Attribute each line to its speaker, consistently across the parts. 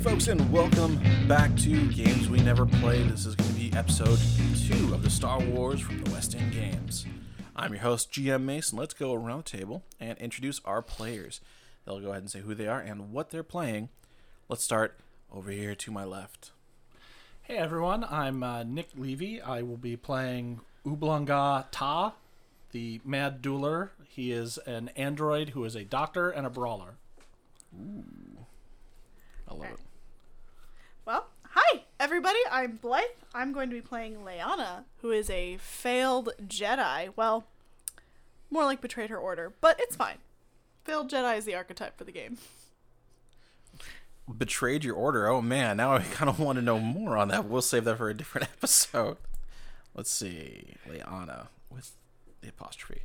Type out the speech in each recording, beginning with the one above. Speaker 1: folks, and welcome back to Games We Never Played. This is going to be episode two of the Star Wars from the West End Games. I'm your host, GM Mason. Let's go around the table and introduce our players. They'll go ahead and say who they are and what they're playing. Let's start over here to my left.
Speaker 2: Hey everyone, I'm uh, Nick Levy. I will be playing Ublanga Ta, the Mad Dueler. He is an android who is a doctor and a brawler.
Speaker 1: I love it.
Speaker 3: Well, hi everybody. I'm Blythe. I'm going to be playing Leanna, who is a failed Jedi. Well, more like betrayed her order, but it's fine. Failed Jedi is the archetype for the game.
Speaker 1: Betrayed your order. Oh man, now I kind of want to know more on that. We'll save that for a different episode. Let's see. Leanna with the apostrophe.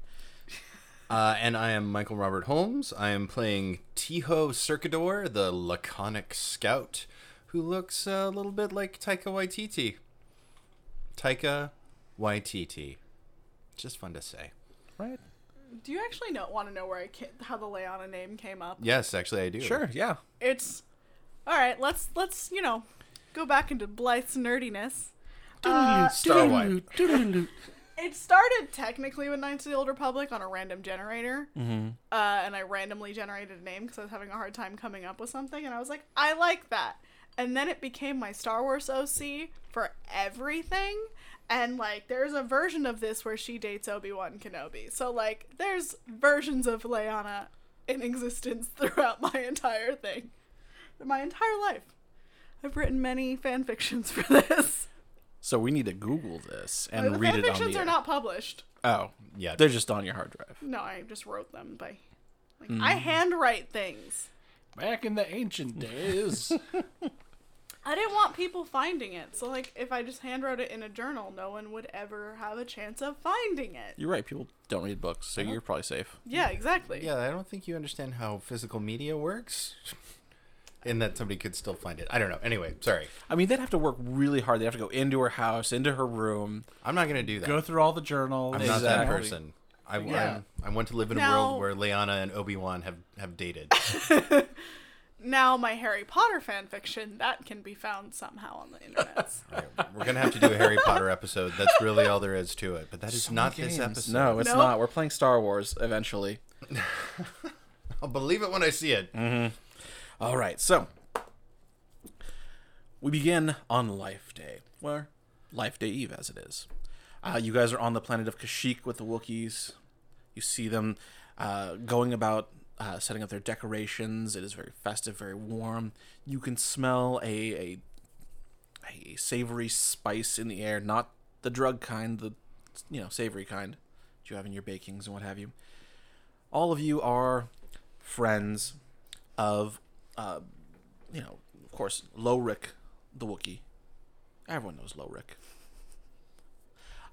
Speaker 4: Uh, and I am Michael Robert Holmes. I am playing Tiho Circador, the laconic scout, who looks a little bit like Taika Waititi. Taika Waititi. Just fun to say.
Speaker 1: Right?
Speaker 3: Do you actually know, want to know where I ca- how the Leanna name came up?
Speaker 4: Yes, actually, I do.
Speaker 1: Sure, yeah.
Speaker 3: It's all right. Let's let's you know go back into Blythe's nerdiness.
Speaker 4: Star Wipe.
Speaker 3: It started technically with Knights of the Old Republic on a random generator,
Speaker 1: Mm-hmm.
Speaker 3: uh, and I randomly generated a name because I was having a hard time coming up with something, and I was like, I like that. And then it became my Star Wars OC for everything, and like, there's a version of this where she dates Obi Wan Kenobi. So like, there's versions of Leanna in existence throughout my entire thing, my entire life. I've written many fan fictions for this.
Speaker 1: So we need to Google this and
Speaker 3: the
Speaker 1: read
Speaker 3: fan
Speaker 1: it on
Speaker 3: fictions
Speaker 1: the
Speaker 3: are
Speaker 1: air.
Speaker 3: not published.
Speaker 1: Oh,
Speaker 4: Yeah.
Speaker 1: they're just on your hard drive.
Speaker 3: No, I just wrote them by. Like, I
Speaker 1: Mm.
Speaker 3: handwrite things.
Speaker 2: Back in the ancient days,
Speaker 3: I didn't want people finding it, so like if I just handwrote it in a journal, no one would ever have a chance of finding it.
Speaker 1: You're right. People don't read books, so you're probably safe.
Speaker 3: Yeah, exactly.
Speaker 4: Yeah, I don't think you understand how physical media works. and that somebody could still find it. I don't know. Anyway, sorry.
Speaker 1: I mean, they'd have to work really hard. They have to go into her house, into her room.
Speaker 4: I'm not going to do that.
Speaker 2: go through all the journals.
Speaker 4: I'm not that
Speaker 1: Exactly.
Speaker 4: person. I, I'm-
Speaker 2: Yeah.
Speaker 4: I want to live in a
Speaker 3: Now-
Speaker 4: world where Leanna and Obi Wan have, have dated.
Speaker 3: Now my Harry Potter fanfiction that can be found somehow on the internet.
Speaker 4: We're gonna have to do a Harry Potter episode. That's really all there is to it. But that is not this episode.
Speaker 1: No, it's
Speaker 3: Nope.
Speaker 1: not. We're playing Star Wars eventually.
Speaker 4: I'll Oh, believe it when I see it.
Speaker 1: Mm. All right, so we begin on Life Day, or Life Day Eve, as it is. Uh, you guys are on the planet of Kashyyyk with the Wookiees. You see them uh, going about uh, setting up their decorations. It is very festive, very warm. You can smell a, a a savory spice in the air, not the drug kind, the you know savory kind that you have in your bakings and what have you. All of you are friends of, uh, you know, of course, Lowrick the Wookiee. Everyone knows Lowrick.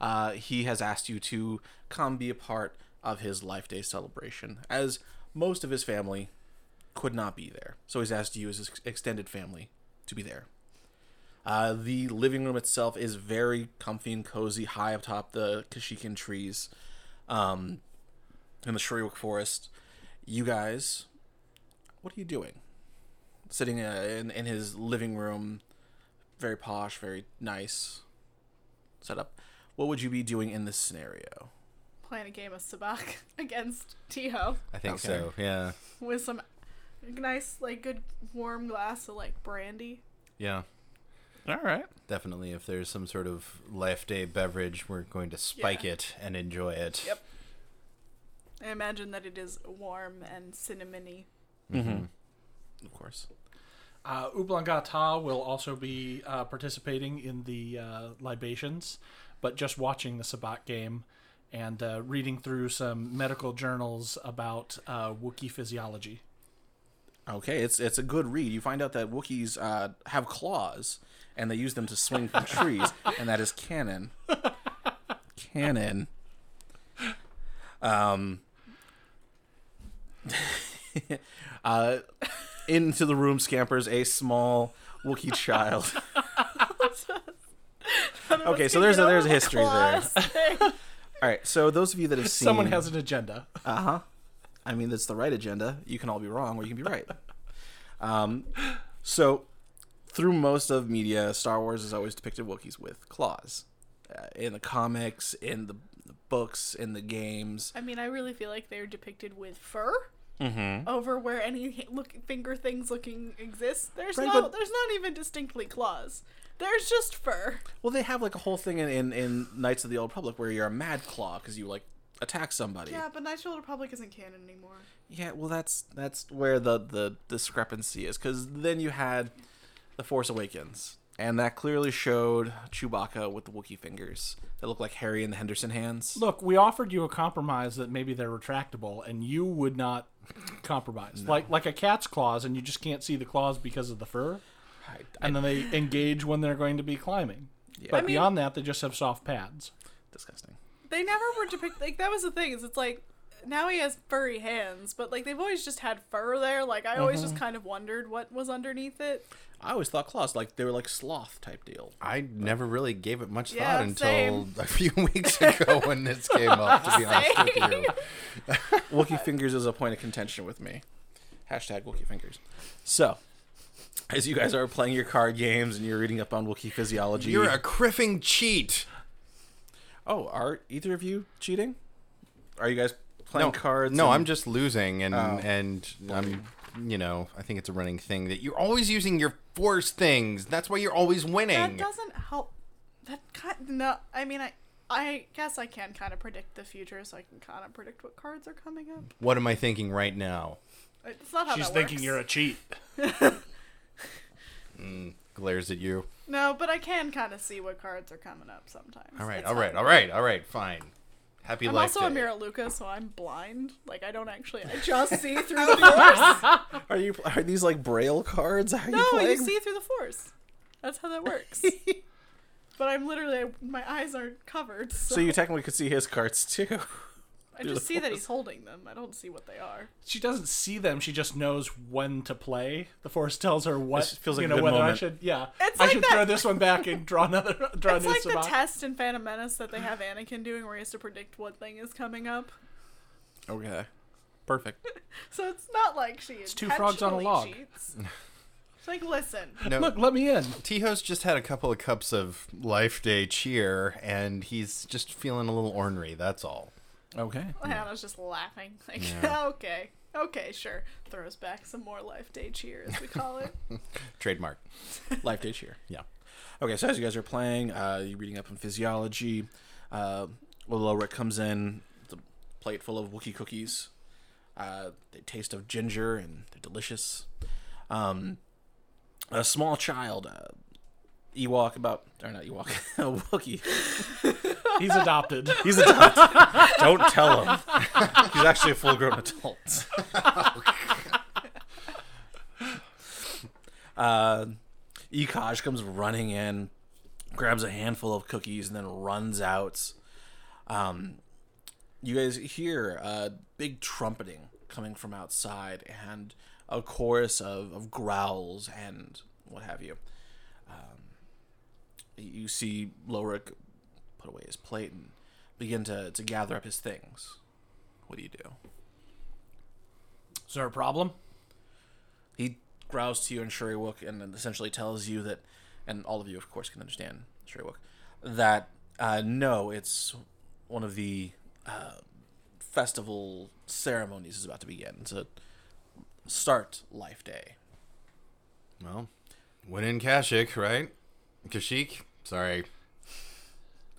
Speaker 1: Uh, he has asked you to come be a part of his Life Day celebration, as most of his family could not be there. So he's asked you, as his extended family, to be there. Uh, the living room itself is very comfy and cozy, high atop the Kashyyykan trees um, in the Shriwook Forest. You guys what are you doing? Sitting uh, in in his living room, very posh, very nice setup. What would you be doing in this scenario?
Speaker 3: Playing a game of Sabak against Tiho
Speaker 4: I think
Speaker 1: Okay.
Speaker 4: so. Yeah.
Speaker 3: with some nice, like good warm glass of like brandy.
Speaker 4: Yeah.
Speaker 1: All right.
Speaker 4: Definitely. If there's some sort of life day beverage, we're going to spike
Speaker 3: Yeah.
Speaker 4: it and enjoy it.
Speaker 3: Yep. I imagine that it is warm and cinnamony.
Speaker 1: Mm-hmm. Of course.
Speaker 2: Uh, Ublanga Ta will also be uh, participating in the uh, libations, but just watching the Sabbat game and uh, reading through some medical journals about uh, Wookiee physiology.
Speaker 1: Okay, it's it's a good read. You find out that Wookiees uh, have claws, and they use them to swing from trees, and that is canon. canon. Um. uh, into the room scampers a small Wookiee child. Okay, so there's a, there's a history there.
Speaker 3: there.
Speaker 1: All right, so those of you that have seen
Speaker 2: Someone has an agenda.
Speaker 1: Uh huh. I mean, that's the right agenda. You can all be wrong or you can be right. Um, so through most of media, Star Wars has always depicted Wookiees with claws. Uh, in the comics, in the, the books, in the games.
Speaker 3: I mean, I really feel like they're depicted with fur
Speaker 2: Mm-hmm.
Speaker 3: over where any h- look finger things looking exists. There's
Speaker 1: Right,
Speaker 3: no,
Speaker 1: but-
Speaker 3: there's not even distinctly claws. There's just fur.
Speaker 1: Well, they have like a whole thing in, in, in Knights of the Old Republic where you're a mad claw because you like attack somebody.
Speaker 3: Yeah, but Knights of the Old Republic isn't canon anymore.
Speaker 1: Yeah, well, that's that's where the the discrepancy is because then you had the Force Awakens, and that clearly showed Chewbacca with the Wookiee fingers that look like Harry and the Henderson hands.
Speaker 2: Look, we offered you a compromise that maybe they're retractable, and you would not compromise. Like like a cat's claws, and you just can't see the claws because of the fur,
Speaker 1: I, I,
Speaker 2: and then they engage when they're going to be climbing.
Speaker 1: Yeah.
Speaker 2: But
Speaker 1: I mean-
Speaker 2: beyond that, they just have soft pads.
Speaker 1: disgusting.
Speaker 3: They never were depicted. Like that was the thing. Is it's like now he has furry hands, but like they've always just had fur there. Like I always
Speaker 2: Mm-hmm.
Speaker 3: just kind of wondered what was underneath it.
Speaker 1: I always thought claws like they were like sloth type deal.
Speaker 4: I never really gave it much
Speaker 3: Yeah,
Speaker 4: thought until
Speaker 3: same.
Speaker 4: a few weeks ago when this came up. To be honest with you,
Speaker 1: Wookiee fingers is a point of contention with me. Hashtag Wookiee fingers. So, as you guys are playing your card games and you're reading up on Wookiee physiology,
Speaker 4: you're a criffing cheat.
Speaker 1: oh, are either of you cheating? Are you guys playing cards?
Speaker 4: No,
Speaker 1: and- Oh.
Speaker 4: I'm just losing, and and I'm, you know, I think it's a running thing that you're always using your force things. That's why you're always
Speaker 3: That
Speaker 4: winning.
Speaker 3: doesn't help. That kind no. I mean, I I guess I can kind of predict the future, so I can kind of predict what cards are coming up.
Speaker 4: What am I thinking right now?
Speaker 3: It's not how
Speaker 2: She's
Speaker 3: that
Speaker 2: thinking
Speaker 3: works.
Speaker 2: you're a cheat.
Speaker 4: Glares at you.
Speaker 3: No, but I can kind of see what cards are coming up sometimes.
Speaker 4: All right,
Speaker 3: It's
Speaker 4: all right,
Speaker 3: fine.
Speaker 4: all right, all right. Fine. Happy
Speaker 3: I'm
Speaker 4: life.
Speaker 3: also a
Speaker 4: day.
Speaker 3: Mira Luca, so I'm blind. Like I don't actually. I just see through the force.
Speaker 1: Are you are these like braille cards? How are you
Speaker 3: No,
Speaker 1: playing?
Speaker 3: you see through the force. That's how that works. but I'm literally my eyes aren't covered, so,
Speaker 1: So you technically could see his cards too.
Speaker 3: I
Speaker 1: through
Speaker 3: just
Speaker 1: the
Speaker 3: see that
Speaker 1: force.
Speaker 3: he's holding them. I don't see what they are.
Speaker 2: She doesn't see them. She just knows when to play. The force tells her what
Speaker 1: This feels like
Speaker 2: you
Speaker 1: a
Speaker 2: know
Speaker 1: good
Speaker 2: whether I
Speaker 1: moment.
Speaker 2: should. Yeah,
Speaker 3: It's
Speaker 2: I
Speaker 3: like
Speaker 2: should
Speaker 3: that-
Speaker 2: throw this one back and draw another. Draw
Speaker 3: It's
Speaker 2: a new
Speaker 3: like the
Speaker 2: sabacc.
Speaker 3: test in Phantom Menace that they have Anakin doing, where he has to predict what thing is coming up.
Speaker 1: Okay. Perfect.
Speaker 3: So it's not like she. It's
Speaker 2: two frogs on a log.
Speaker 3: Cheats. It's like, listen,
Speaker 4: No,
Speaker 2: Look, let me in.
Speaker 4: Tiho's just had a couple of cups of Life Day cheer, and he's just feeling a little ornery. That's all.
Speaker 2: Okay.
Speaker 3: Hannah's just laughing. Like, okay, okay, sure. Throws back some more Life Day cheer, as we call it.
Speaker 4: Trademark.
Speaker 1: Life day cheer.
Speaker 4: Yeah.
Speaker 1: Okay, so as you guys are playing, uh, you're reading up on physiology. Uh, Lilric comes in, the plate full of Wookiee cookies. Uh, they taste of ginger and they're delicious. Um, a small child, uh, Ewok, about or not Ewok, a Wookiee.
Speaker 2: He's adopted.
Speaker 1: He's adopted. Don't tell him. He's actually a full grown adult. uh, Ekaj comes running in, grabs a handful of cookies, and then runs out. Um, you guys hear uh, big trumpeting coming from outside and a chorus of, of growls and what have you. Um, you see Lorik put away his plate and begin to, to gather up his things. What do you do?
Speaker 2: Is there a problem?
Speaker 1: He growls to you in Shuriwook and then essentially tells you that, and all of you, of course, can understand Shuriwook, that uh, no, it's one of the uh, festival ceremonies is about to begin to start Life Day.
Speaker 4: Well, win in Kashik, right? Kashik? Sorry.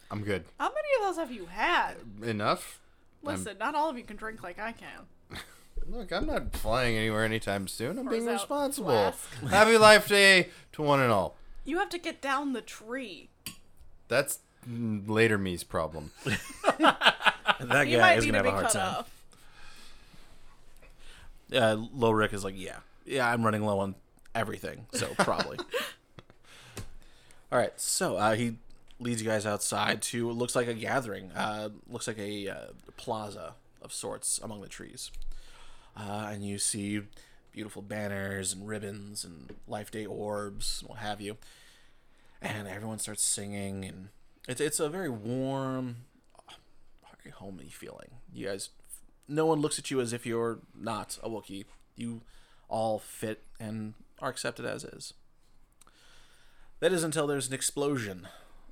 Speaker 4: I'm good.
Speaker 3: How many of those have you had?
Speaker 4: Enough?
Speaker 3: Listen, not all of you can drink like I can.
Speaker 4: Look, I'm not flying anywhere anytime soon. I'm being
Speaker 3: out
Speaker 4: responsible.
Speaker 3: flask.
Speaker 4: Happy Life Day to one and all.
Speaker 3: You have to get down the tree.
Speaker 4: That's mm, later me's problem.
Speaker 1: That
Speaker 3: You
Speaker 1: guy
Speaker 3: might
Speaker 1: is
Speaker 3: need
Speaker 1: gonna have
Speaker 3: to be
Speaker 1: a hard
Speaker 3: cut
Speaker 1: time.
Speaker 3: off.
Speaker 1: Uh, Lowrick is like, yeah, yeah, I'm running low on everything, so probably. All right, so uh, he leads you guys outside to what looks like a gathering, uh, looks like a uh, plaza of sorts among the trees, uh, and you see beautiful banners and ribbons and life day orbs and what have you, and everyone starts singing, and it's it's a very warm, very homey feeling. You guys, no one looks at you as if you're not a Wookiee. You all fit and are accepted as is. That is until there's an explosion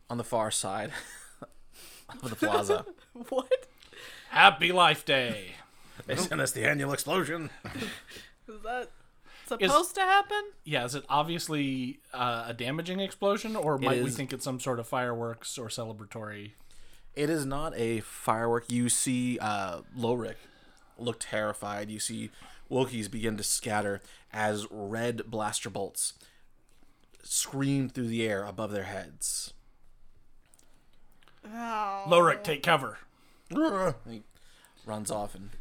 Speaker 1: on the far side of the plaza.
Speaker 3: What?
Speaker 2: Happy Life Day.
Speaker 1: they send us the annual explosion.
Speaker 3: Is that supposed to happen?
Speaker 2: Yeah, is it obviously uh, a damaging explosion, or might we
Speaker 1: is.
Speaker 2: think it's some sort of fireworks or celebratory?
Speaker 1: It is not a firework. You see uh, Lorik look terrified. You see Wookiees begin to scatter as red blaster bolts scream through the air above their heads.
Speaker 3: Oh.
Speaker 2: Lorik, take cover.
Speaker 1: He runs off and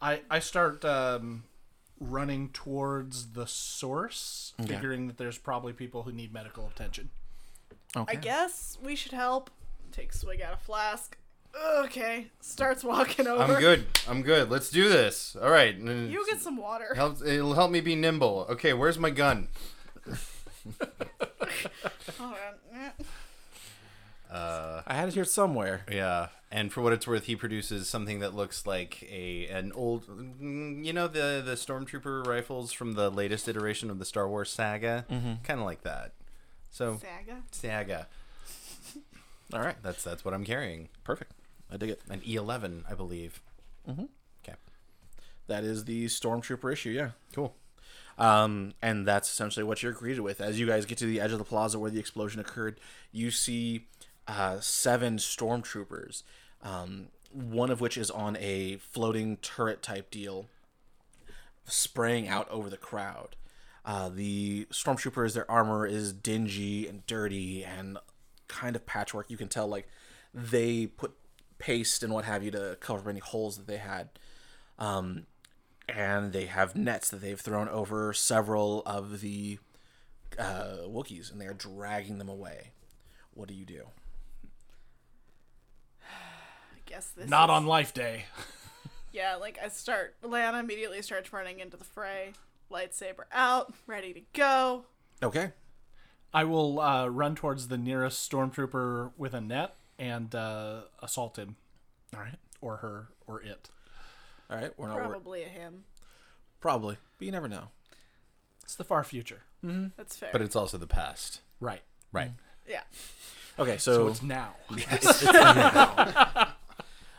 Speaker 2: I I start um, running towards the source, figuring that there's probably people who need medical attention.
Speaker 1: okay.
Speaker 3: I guess we should help. Take a swig out of flask. Okay. Starts walking over.
Speaker 4: I'm good. I'm good. Let's do this. All right. n-
Speaker 3: You get some water.
Speaker 4: Helps, it'll help me be nimble. Okay, where's my gun?
Speaker 3: All right.
Speaker 4: Uh,
Speaker 1: I had it here somewhere.
Speaker 4: yeah. And for what it's worth, he produces something that looks like a an old, mm, you know, the the stormtrooper rifles from the latest iteration of the Star Wars saga, kind of like that. So
Speaker 3: Saga.
Speaker 4: saga.
Speaker 1: All right,
Speaker 4: That's that's what I'm carrying.
Speaker 1: perfect. I dig it.
Speaker 4: An E11, I believe. Mm-hmm. Okay.
Speaker 1: That is the stormtrooper issue, yeah.
Speaker 4: Cool.
Speaker 1: Um, and that's essentially what you're greeted with. As you guys get to the edge of the plaza where the explosion occurred, you see uh, seven stormtroopers, um, one of which is on a floating turret type deal, spraying out over the crowd. Uh, the stormtroopers, their armor is dingy and dirty and kind of patchwork. You can tell, like, they put paste and what have you to cover any holes that they had and they have nets that they've thrown over several of the uh, Wookiees, and they are dragging them away. What do you do?
Speaker 3: I guess this.
Speaker 2: Not
Speaker 3: is-
Speaker 2: on Life Day.
Speaker 3: Yeah, like I start. Lana immediately starts running into the fray. Lightsaber out, ready to go.
Speaker 1: Okay.
Speaker 2: I will uh, run towards the nearest stormtrooper with a net and uh, assault him,
Speaker 1: All right.
Speaker 2: or her, or it.
Speaker 1: All right.
Speaker 4: Oh,
Speaker 1: We're not wor-
Speaker 3: Probably a him.
Speaker 1: probably, but you never know.
Speaker 2: It's the far future,
Speaker 3: That's fair.
Speaker 4: But it's also the past.
Speaker 2: right?
Speaker 4: Right.
Speaker 3: yeah.
Speaker 1: Okay,
Speaker 2: So
Speaker 1: so,
Speaker 2: it's now.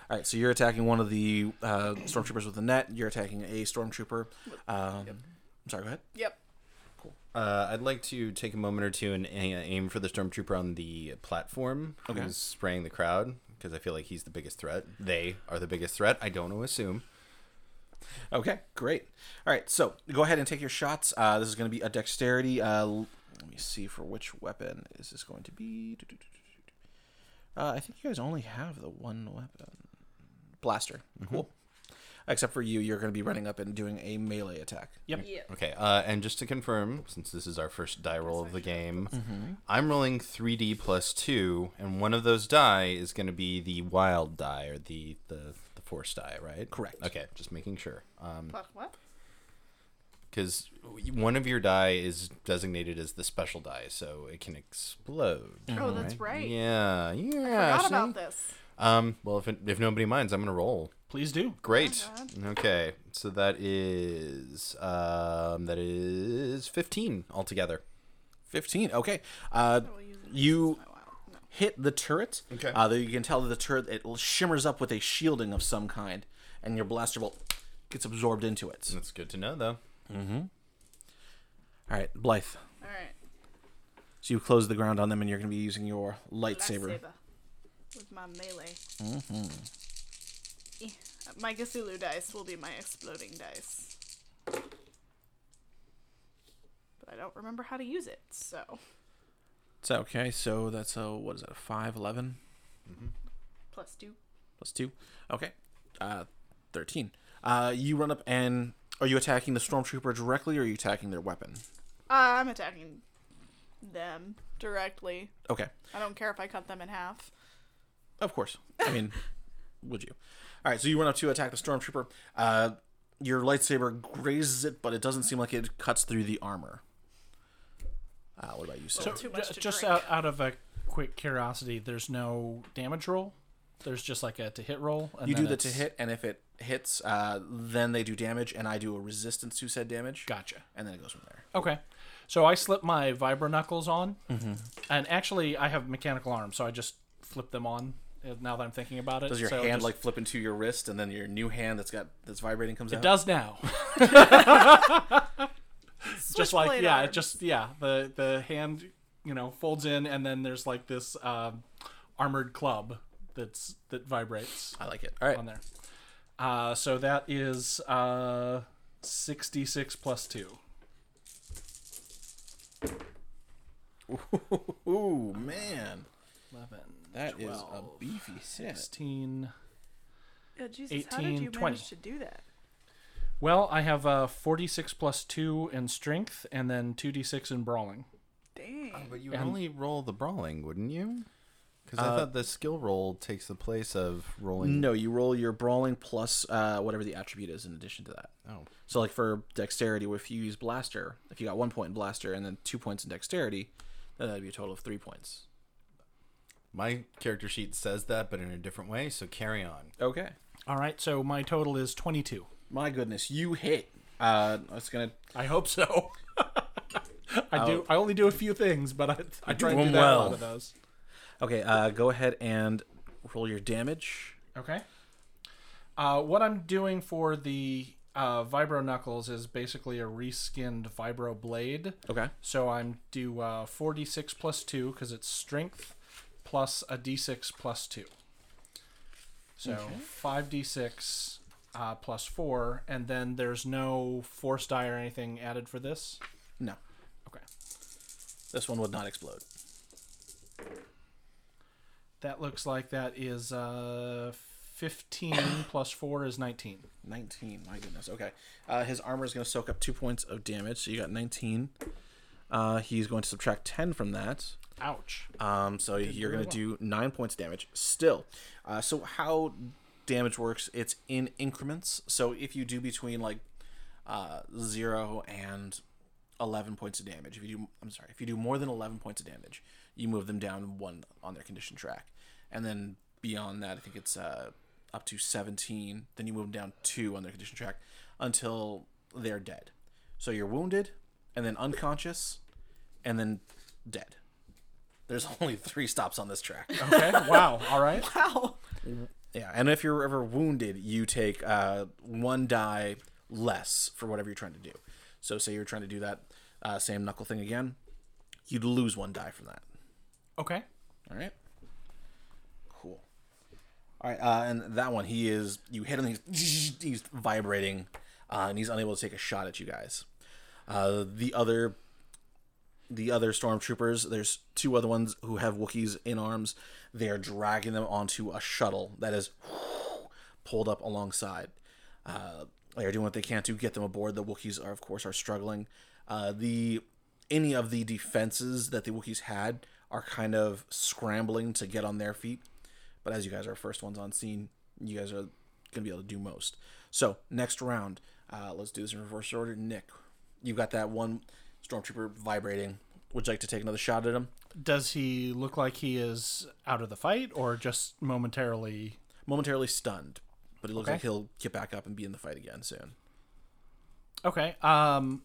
Speaker 1: all right, so you're attacking one of the uh, stormtroopers with a net. You're attacking a stormtrooper. Um, I'm sorry. Go ahead.
Speaker 3: Yep.
Speaker 4: Uh, I'd like to take a moment or two and a- aim for the stormtrooper on the platform
Speaker 1: Okay.
Speaker 4: who's spraying the crowd because I feel like he's the biggest threat. They are the biggest threat. I don't want to assume.
Speaker 1: Okay, great. All right, so go ahead and take your shots. Uh, this is going to be a dexterity. Uh, l- let me see for which weapon is this going to be. Uh, I think you guys only have the one weapon, blaster. Cool. Except for you, you're going to be running up and doing a melee attack.
Speaker 2: Yep.
Speaker 3: Yeah.
Speaker 4: Okay, uh, and just to confirm, since this is our first die roll of the game,
Speaker 1: Mm-hmm.
Speaker 4: I'm rolling 3d plus two, and one of those die is going to be the wild die or the the the force die, right?
Speaker 1: Correct.
Speaker 4: Okay, just making sure. Um,
Speaker 3: Fuck, what?
Speaker 4: because one of your die is designated as the special die, so it can explode.
Speaker 3: Oh, that's right.
Speaker 4: Yeah, yeah.
Speaker 3: Forgot
Speaker 4: see?
Speaker 3: about this.
Speaker 4: Um, well, if, it, if nobody minds, I'm gonna roll.
Speaker 2: Please do.
Speaker 4: Great. Okay, so that is um, that is 15 altogether.
Speaker 1: 15. Okay. Uh, you
Speaker 3: Oh, wow. No.
Speaker 1: hit the turret.
Speaker 4: Okay.
Speaker 1: Uh, though you can tell that the turret it shimmers up with a shielding of some kind, and your blaster bolt gets absorbed into it.
Speaker 4: That's good to know, though.
Speaker 1: All right, Blythe.
Speaker 3: All right.
Speaker 1: So you close the ground on them, and you're going to be using your lightsaber.
Speaker 3: Lightsaber. With my melee. Mm-hmm. My Gasulu dice will be my exploding dice. But I don't remember how to use it, so.
Speaker 1: So okay, so that's a what is that? A five, eleven
Speaker 3: Plus two.
Speaker 1: plus two. Okay, uh, thirteen. Uh, you run up and are you attacking the stormtrooper directly, or are you attacking their weapon?
Speaker 3: Ah, I'm attacking them directly.
Speaker 1: Okay,
Speaker 3: I don't care if I cut them in half.
Speaker 1: of course. I mean, would you? All right, so you run up to attack the stormtrooper. Uh, your lightsaber grazes it, but it doesn't seem like it cuts through the armor. Uh, what about you, sir?
Speaker 2: So
Speaker 3: Too much
Speaker 2: ju-
Speaker 3: to
Speaker 2: just
Speaker 3: drink.
Speaker 2: out, out of a quick curiosity, there's no damage roll. There's just like a to hit roll. And
Speaker 1: you do
Speaker 2: then
Speaker 1: the to
Speaker 2: it's-
Speaker 1: hit, and if it hits, uh, then they do damage, and I do a resistance to said damage,
Speaker 2: Gotcha.
Speaker 1: and then it goes from there.
Speaker 2: Okay. So I slip my vibra knuckles on,
Speaker 1: Mm-hmm.
Speaker 2: and actually I have mechanical arms, so I just flip them on. uh, Now that I'm thinking about it,
Speaker 1: Does your
Speaker 2: So
Speaker 1: hand
Speaker 2: just-
Speaker 1: like flip into your wrist, and then your new hand that's got that's vibrating comes out?
Speaker 2: does now? just like
Speaker 3: Switchblade
Speaker 2: yeah, it
Speaker 3: arms.
Speaker 2: just yeah, the the hand you know folds in, and then there's like this um, armored club that's that vibrates
Speaker 1: I like it. All right.
Speaker 2: on there. Uh, so that is uh, 66 plus 2.
Speaker 1: Ooh man,
Speaker 2: 11,
Speaker 1: that is
Speaker 2: 12,
Speaker 1: a beefy set.
Speaker 2: 16.
Speaker 3: Yeah, Jesus, how did
Speaker 2: 18,
Speaker 3: you
Speaker 2: 20.
Speaker 3: manage to do that?
Speaker 2: Well, I have uh, 46 plus 2 in strength and then 2d6 in brawling.
Speaker 3: Dang.
Speaker 4: But you would only roll the brawling, wouldn't you? Because I thought the skill roll takes the place of rolling.
Speaker 1: No, you roll your brawling plus uh, whatever the attribute is in addition to that.
Speaker 4: Oh.
Speaker 1: So like for dexterity, if you use blaster, if you got one point in blaster and then two points in dexterity, then that'd be a total of three points.
Speaker 4: My character sheet says that, but in a different way. So carry on.
Speaker 1: Okay.
Speaker 2: All right, so my total is 22.
Speaker 1: My goodness, you hit. Uh, I was gonna
Speaker 2: I hope so. I do. I only do a few things, but I, I try and do
Speaker 1: them
Speaker 2: that a
Speaker 1: well.
Speaker 2: lot of those.
Speaker 1: Okay, uh, go ahead and roll your damage.
Speaker 2: Okay. Uh, what I'm doing for the uh, Vibro Knuckles is basically a reskinned Vibro Blade.
Speaker 1: Okay.
Speaker 2: So I'm do uh, 46 plus 2 because it's strength plus a d6 plus 2. So 5d6 uh, plus 4, and then there's no force die or anything added for this.
Speaker 1: No,
Speaker 2: Okay.
Speaker 1: this one would not explode.
Speaker 2: That looks like that is uh, 15 plus 4 is 19.
Speaker 1: 19, my goodness. Okay. Uh, his armor is going to soak up two points of damage, so you got 19. Uh, he's going to subtract 10 from that.
Speaker 2: Ouch.
Speaker 1: Um, so you're going to do nine points damage still. Uh, so how damage works? It's in increments. So if you do between like uh, zero and eleven points of damage, if you do, I'm sorry, if you do more than eleven points of damage, you move them down one on their condition track, and then beyond that, I think it's uh, up to seventeen. Then you move them down two on their condition track until they're dead. So you're wounded, and then unconscious, and then dead. There's only three stops on this track.
Speaker 2: Okay. Wow. All right.
Speaker 3: Wow.
Speaker 1: yeah, and if you're ever wounded, you take uh, one die less for whatever you're trying to do. So, say you're trying to do that uh, same knuckle thing again, you'd lose one die from that.
Speaker 2: Okay.
Speaker 1: All right. Cool. All right, uh, and that one, he is. You hit him. He's, he's vibrating, uh, and he's unable to take a shot at you guys. Uh, the other, the other stormtroopers. There's two other ones who have Wookiees in arms. They are dragging them onto a shuttle that is pulled up alongside. Uh, they are doing what they can to get them aboard. The Wookiees are, of course, are struggling. Uh, the any of the defenses that the Wookiees had are kind of scrambling to get on their feet. But as you guys are first ones on scene, you guys are gonna be able to do most. So next round, uh, let's do this in reverse order. Nick, you got that one stormtrooper vibrating. Would you like to take another shot at him?
Speaker 2: Does he look like he is out of the fight or just momentarily?
Speaker 1: Momentarily stunned, but it looks
Speaker 2: Okay.
Speaker 1: like he'll get back up and be in the fight again soon.
Speaker 2: Okay. Um,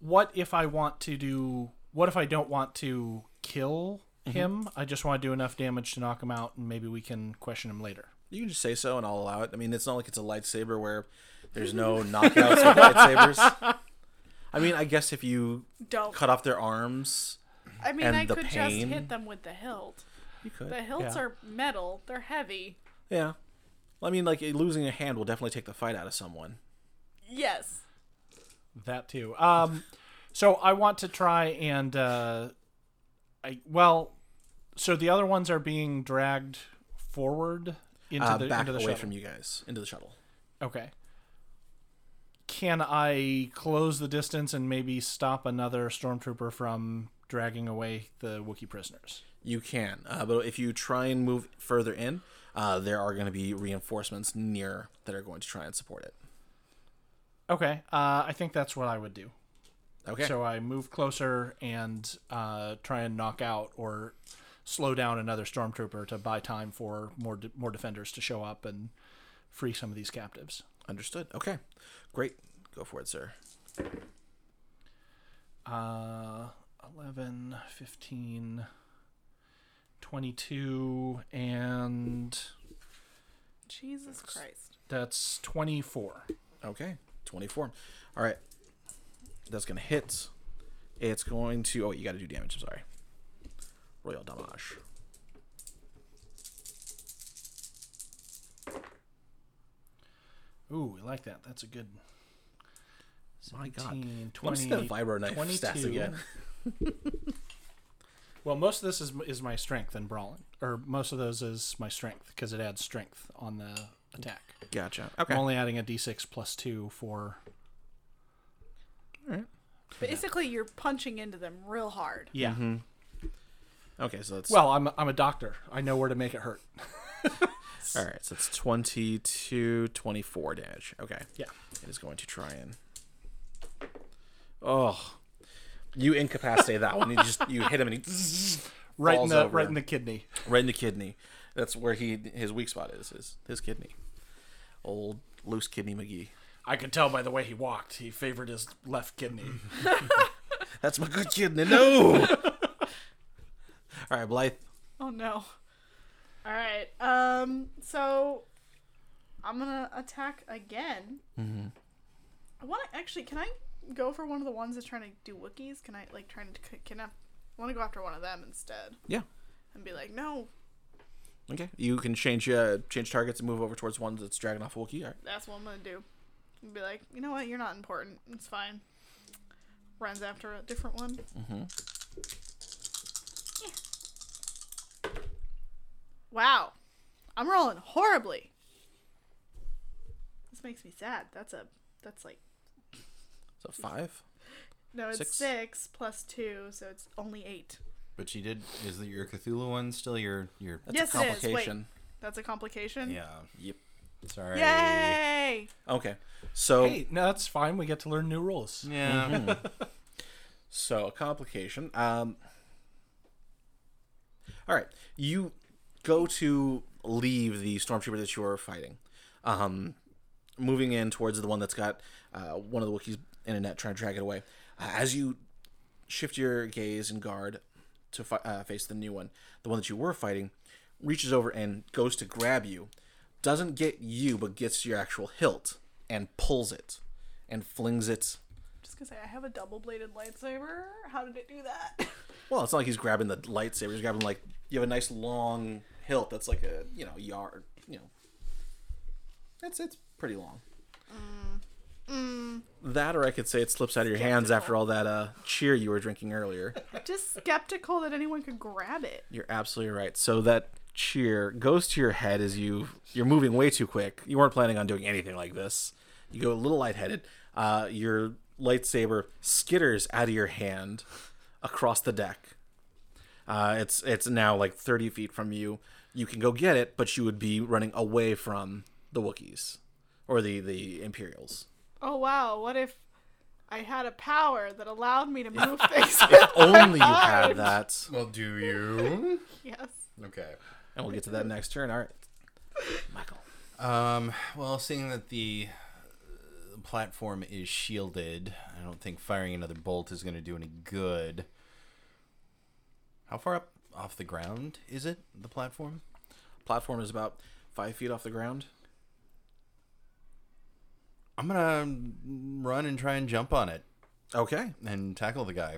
Speaker 2: what if I want to do? What if I don't want to kill
Speaker 1: Mm-hmm.
Speaker 2: him? I just want to do enough damage to knock him out, and maybe we can question him later.
Speaker 1: You can just say so, and I'll allow it. I mean, it's not like it's a lightsaber where there's no knockouts with lightsabers. I mean, I guess if you
Speaker 2: Oh.
Speaker 3: Don't.
Speaker 1: cut off their arms,
Speaker 3: I mean,
Speaker 1: and
Speaker 3: I
Speaker 1: the
Speaker 3: could
Speaker 1: pain.
Speaker 3: just hit them with the hilt.
Speaker 1: you could.
Speaker 3: The hilts
Speaker 2: Yeah.
Speaker 3: are metal. They're heavy.
Speaker 1: Yeah. I mean, like losing a hand will definitely take the fight out of someone.
Speaker 3: Yes.
Speaker 2: That too. Um, so I want to try and uh, I well, so the other ones are being dragged forward into
Speaker 1: Uh,
Speaker 2: the
Speaker 1: back
Speaker 2: into the
Speaker 1: away
Speaker 2: shuttle.
Speaker 1: from you guys into the shuttle.
Speaker 2: Okay. Can I close the distance and maybe stop another stormtrooper from dragging away the Wookiee prisoners?
Speaker 1: You can, uh, but if you try and move further in, uh, there are going to be reinforcements near that are going to try and support it.
Speaker 2: Okay, uh, I think that's what I would do.
Speaker 1: Okay.
Speaker 2: So I move closer and uh, try and knock out or slow down another stormtrooper to buy time for more de- more defenders to show up and free some of these captives.
Speaker 1: Understood. Okay. Great. Go for it, sir.
Speaker 2: uh, 11, 15, 22, and
Speaker 3: Jesus Christ.
Speaker 2: that's 24.
Speaker 1: Okay, 24. All right. That's going to hit. It's going to. Oh, you got to do damage. I'm sorry. Royal damage.
Speaker 2: Ooh, we like that. That's a good.
Speaker 1: My God.
Speaker 2: 17,
Speaker 1: What's the
Speaker 2: 20,
Speaker 1: vibro knife stats
Speaker 2: 22.
Speaker 1: again?
Speaker 2: Well, most of this is is my strength in brawling, or most of those is my strength because it adds strength on the attack.
Speaker 1: Gotcha. Okay.
Speaker 2: I'm only adding a d6 plus two for
Speaker 3: Basically, you're punching into them real hard.
Speaker 2: yeah.
Speaker 1: Mm-hmm. Okay, so that's.
Speaker 2: Well, I'm I'm a doctor. I know where to make it hurt.
Speaker 1: all right, so it's 22, 24 damage. Okay.
Speaker 2: Yeah.
Speaker 1: It is going to try and. Oh. You incapacitate that one. You just you hit him and he
Speaker 2: Right
Speaker 1: Falls
Speaker 2: in the
Speaker 1: over.
Speaker 2: right in the kidney.
Speaker 1: right in the kidney. That's where he his weak spot is is his kidney. Old loose kidney McGee.
Speaker 2: I could tell by the way he walked. He favored his left kidney.
Speaker 1: Mm-hmm. That's my good kidney. No. All right, Blythe.
Speaker 3: Oh no. All right. Um. So I'm gonna attack again. Mm-hmm. I want to actually. Can I go for one of the ones that's trying to do Wookiees? Can I like trying to c- kidnap? I want to go after one of them instead
Speaker 1: Yeah.
Speaker 3: and be like, no,
Speaker 1: Okay. You can change uh change targets and move over towards one that's dragging off a Wookiee. All right.
Speaker 3: that's what I'm gonna do. And be like, you know what? You're not important. It's fine. Runs after a different one. Mm-hmm. Wow, I'm rolling horribly. This makes me sad. That's a that's like
Speaker 1: So five.
Speaker 3: no, it's
Speaker 1: Six.
Speaker 3: six, plus two, so it's only eight.
Speaker 4: But you did. Is the, your Cthulhu one still your your?
Speaker 1: That's
Speaker 3: Yes,
Speaker 1: a
Speaker 3: it is. Wait.
Speaker 1: complication.
Speaker 3: That's a complication.
Speaker 4: Yeah.
Speaker 1: Yep.
Speaker 4: Sorry.
Speaker 3: Yay!
Speaker 1: Okay. So
Speaker 2: Hey, no, that's fine. We get to learn new rules.
Speaker 4: Yeah.
Speaker 1: So a complication. Um, all right, you go to leave the stormtrooper that you are fighting, um, moving in towards the one that's got uh, one of the Wookiees in a net trying to drag it away. Uh, as you shift your gaze and guard to fi- uh, face the new one, the one that you were fighting, reaches over and goes to grab you, doesn't get you but gets your actual hilt and pulls it and flings it
Speaker 3: Just gonna say I have a double bladed lightsaber. How did it do that?
Speaker 1: Well, it's not like he's grabbing the lightsaber. He's grabbing like you have a nice long hilt that's like a you know yard. You know, it's it's pretty long. That, or I could say it slips out of your hands after all that uh, cheer you were drinking earlier.
Speaker 3: Just skeptical that anyone could grab it.
Speaker 1: You're absolutely right. So that cheer goes to your head as you you're moving way too quick. You weren't planning on doing anything like this. You go a little lightheaded. Uh, your lightsaber skitters out of your hand across the deck. Uh, it's it's now like 30 feet from you. You can go get it, but you would be running away from the Wookiees or the the Imperials.
Speaker 3: oh wow, what if I had a power that allowed me to move things?
Speaker 1: Only you had that.
Speaker 4: well, do you?
Speaker 3: yes.
Speaker 4: Okay.
Speaker 1: And we'll get to that next turn. All right, Michael.
Speaker 4: Um. Well, seeing that the uh, platform is shielded, I don't think firing another bolt is going to do any good. How far up off the ground is it? The platform?
Speaker 1: Platform is about five feet off the ground.
Speaker 4: I'm gonna um, run and try and jump on it
Speaker 1: Okay.
Speaker 4: and tackle the guy.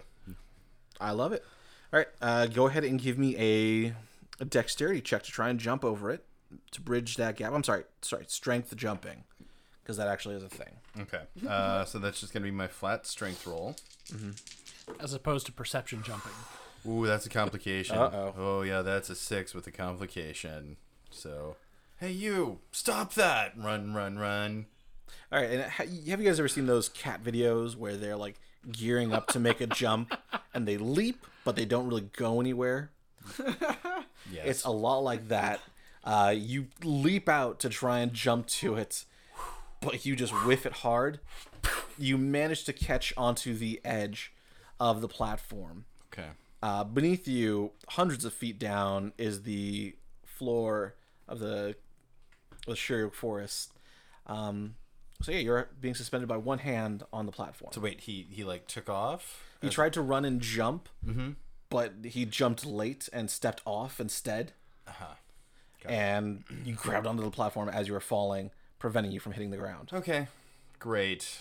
Speaker 1: I love it. All right, uh, go ahead and give me a, a dexterity check to try and jump over it to bridge that gap. I'm sorry, sorry, strength jumping, because that actually is a thing.
Speaker 4: Okay. Uh, so that's just gonna be my flat strength roll.
Speaker 2: As opposed to perception jumping.
Speaker 4: Ooh, that's a complication.
Speaker 1: Uh-oh.
Speaker 4: Oh yeah, that's a six with a complication. So, hey you, stop that! Run, run, run!
Speaker 1: All right, and ha- have you guys ever seen those cat videos where they're like gearing up to make a jump and they leap, but they don't really go anywhere?
Speaker 4: Yes.
Speaker 1: It's a lot like that. Uh, you leap out to try and jump to it, but you just whiff it hard. You manage to catch onto the edge of the platform.
Speaker 4: okay.
Speaker 1: Uh, beneath you, hundreds of feet down, is the floor of the, the Shuriuk Forest. Um, So yeah, you're being suspended by one hand on the platform.
Speaker 4: So wait, he he like took off.
Speaker 1: he tried to run and jump, but he jumped late and stepped off instead. And you grabbed onto the platform as you were falling, preventing you from hitting the ground.
Speaker 4: Okay, great.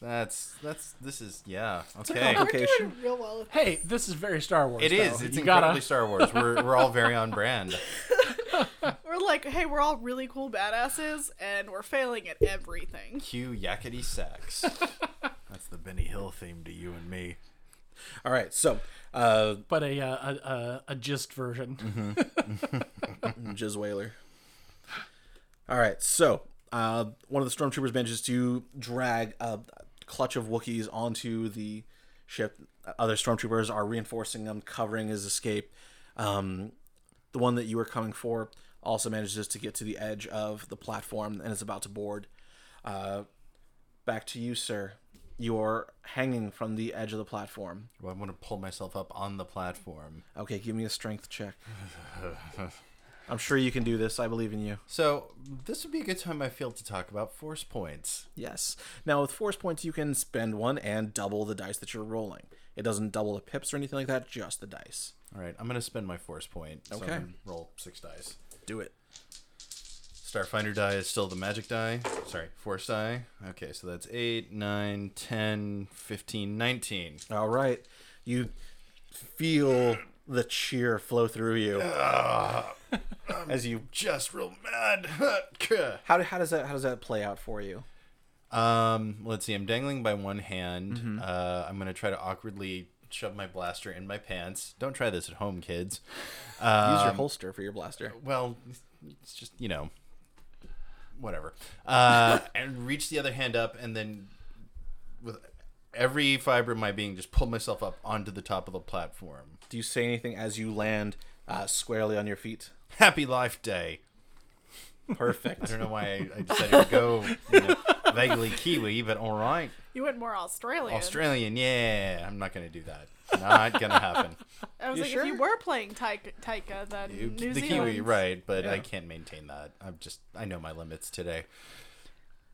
Speaker 4: That's that's this is yeah okay.
Speaker 1: complicated-
Speaker 3: We're doing
Speaker 1: Location.
Speaker 3: real well with
Speaker 2: Hey, this is very Star Wars.
Speaker 4: It is.
Speaker 2: though.
Speaker 4: It's
Speaker 2: you
Speaker 4: incredibly
Speaker 2: gotta,
Speaker 4: Star Wars. We're we're all very on brand.
Speaker 3: We're like, hey, we're all really cool badasses, and we're failing at everything.
Speaker 4: Q yakety sax. That's the Benny Hill theme to you and me.
Speaker 1: All right, so uh,
Speaker 2: but a uh, a, a a gist version.
Speaker 1: Jizz Whaler. All right, so uh, one of the stormtroopers manages to drag a clutch of Wookiees onto the ship. Other stormtroopers are reinforcing him, covering his escape. Um, the one that you were coming for also manages to get to the edge of the platform and is about to board. Uh, back to you, sir. You're hanging from the edge of the platform.
Speaker 4: Well, I want to pull myself up on the platform.
Speaker 1: Okay, give me a strength check. I'm sure you can do this. I believe in you.
Speaker 4: So this would be a good time I feel to talk about force points.
Speaker 1: Yes. Now with force points, you can spend one and double the dice that you're rolling. It doesn't double the pips or anything like that; just the dice.
Speaker 4: All right, I'm gonna spend my force point. So I'm
Speaker 1: Okay.
Speaker 4: gonna roll six dice.
Speaker 1: Do it.
Speaker 4: Starfinder die is still the magic die. Sorry, force die. Okay, so that's 8, 9, 10, 15, 19.
Speaker 1: All right. You feel the cheer flow through you as you.
Speaker 4: Just real mad.
Speaker 1: How, do- how does that how does that play out for you?
Speaker 4: um, let's see. I'm dangling by one hand. Uh, I'm gonna try to awkwardly shove my blaster in my pants. Don't try this at home, kids.
Speaker 1: Use your
Speaker 4: Um,
Speaker 1: holster for your blaster.
Speaker 4: well, it's just you know, whatever. Uh, and reach the other hand up, and then with every fiber of my being, just pull myself up onto the top of the platform.
Speaker 1: Do you say anything as you land uh, squarely on your feet?
Speaker 4: Happy Life Day. I
Speaker 1: Perfect.
Speaker 4: don't know why I, I decided to go you know, vaguely Kiwi, but all right,
Speaker 3: You went more Australian.
Speaker 4: Australian. Yeah, I'm not gonna do that. Not gonna happen.
Speaker 3: I was
Speaker 1: You
Speaker 3: like,
Speaker 1: sure?
Speaker 3: if you were playing Taika, Taika then New
Speaker 4: the
Speaker 3: Zealand.
Speaker 4: Kiwi, right? But I can't maintain that. I'm just I know my limits today.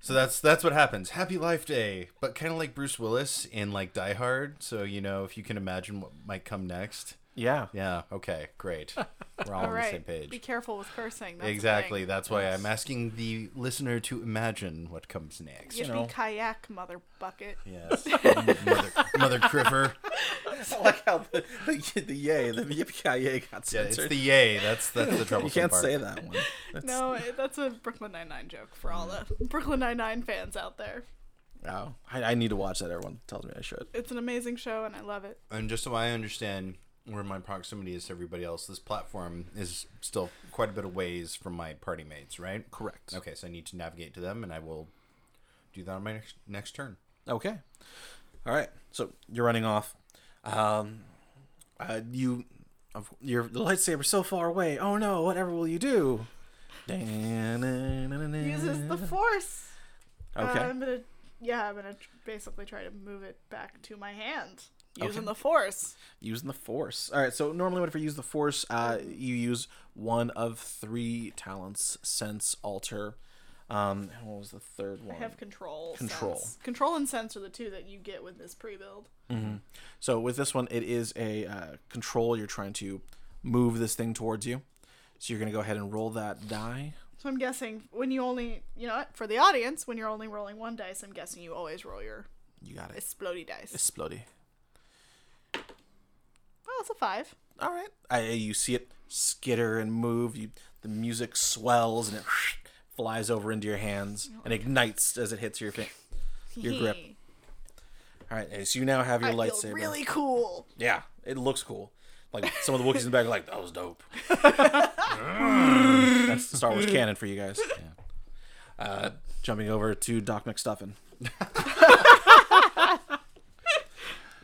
Speaker 4: So that's that's what happens. Happy Life Day, but kind of like Bruce Willis in like Die Hard. So you know if you can imagine what might come next.
Speaker 1: yeah.
Speaker 4: Yeah. Okay. Great. We're all,
Speaker 3: All
Speaker 4: on the same
Speaker 3: right. Be
Speaker 4: page.
Speaker 3: careful with cursing. That's
Speaker 4: Exactly. That's why I'm asking the listener to imagine what comes next.
Speaker 3: Yippee
Speaker 1: know.
Speaker 3: kayak, mother bucket.
Speaker 4: Yes. Mother, Mother Criver.
Speaker 1: I like how the, the, the yay the yippee got
Speaker 4: Yeah, it's
Speaker 1: censored.
Speaker 4: the yay. That's that's the trouble.
Speaker 1: you can't say that one. That's,
Speaker 3: No, it- that's a Brooklyn Nine-Nine joke for all the Brooklyn Nine-Nine fans out there.
Speaker 1: Oh, I, I need to watch that. Everyone tells me I should.
Speaker 3: It's an amazing show, and I love it.
Speaker 4: And just so I understand where my proximity is to everybody else, this platform is still quite a bit of ways from my party mates, right?
Speaker 1: Correct.
Speaker 4: Okay, so I need to navigate to them, and I will do that on my next, next turn.
Speaker 1: Okay. All right. So you're running off. Um, uh, you, of- your the lightsaber's so far away. Oh no! Whatever will you do?
Speaker 3: Uses
Speaker 1: Uses
Speaker 3: the force.
Speaker 1: Okay.
Speaker 3: Uh, I'm gonna, yeah, I'm gonna tr- basically try to move it back to my hand using
Speaker 1: Okay.
Speaker 3: the force.
Speaker 1: using the force. All right. So normally, whenever you use the force, uh, you use one of three talents: sense, alter. Um, and what was the third one?
Speaker 3: I have control.
Speaker 1: Control.
Speaker 3: Sense. Control and sense are the two that you get with this pre-build.
Speaker 1: So with this one, it is a uh, control. You're trying to move this thing towards you. So you're gonna go ahead and roll that die.
Speaker 3: So I'm guessing when you only, you know, what, for the audience, when you're only rolling one dice, I'm guessing you always roll your
Speaker 1: You got it.
Speaker 3: explodey dice.
Speaker 1: Explodey.
Speaker 3: Oh, it's a five.
Speaker 1: All right. I, you see it skitter and move. You, the music swells and it flies over into your hands and ignites as it hits your fin- your grip. All right. So you now have
Speaker 3: I
Speaker 1: your
Speaker 3: feel
Speaker 1: lightsaber.
Speaker 3: really cool.
Speaker 1: Yeah, it looks cool. Like some of the Wookiees in the back are like, that was dope. That's Star Wars canon for you guys. Uh, jumping over to Doc McStuffin.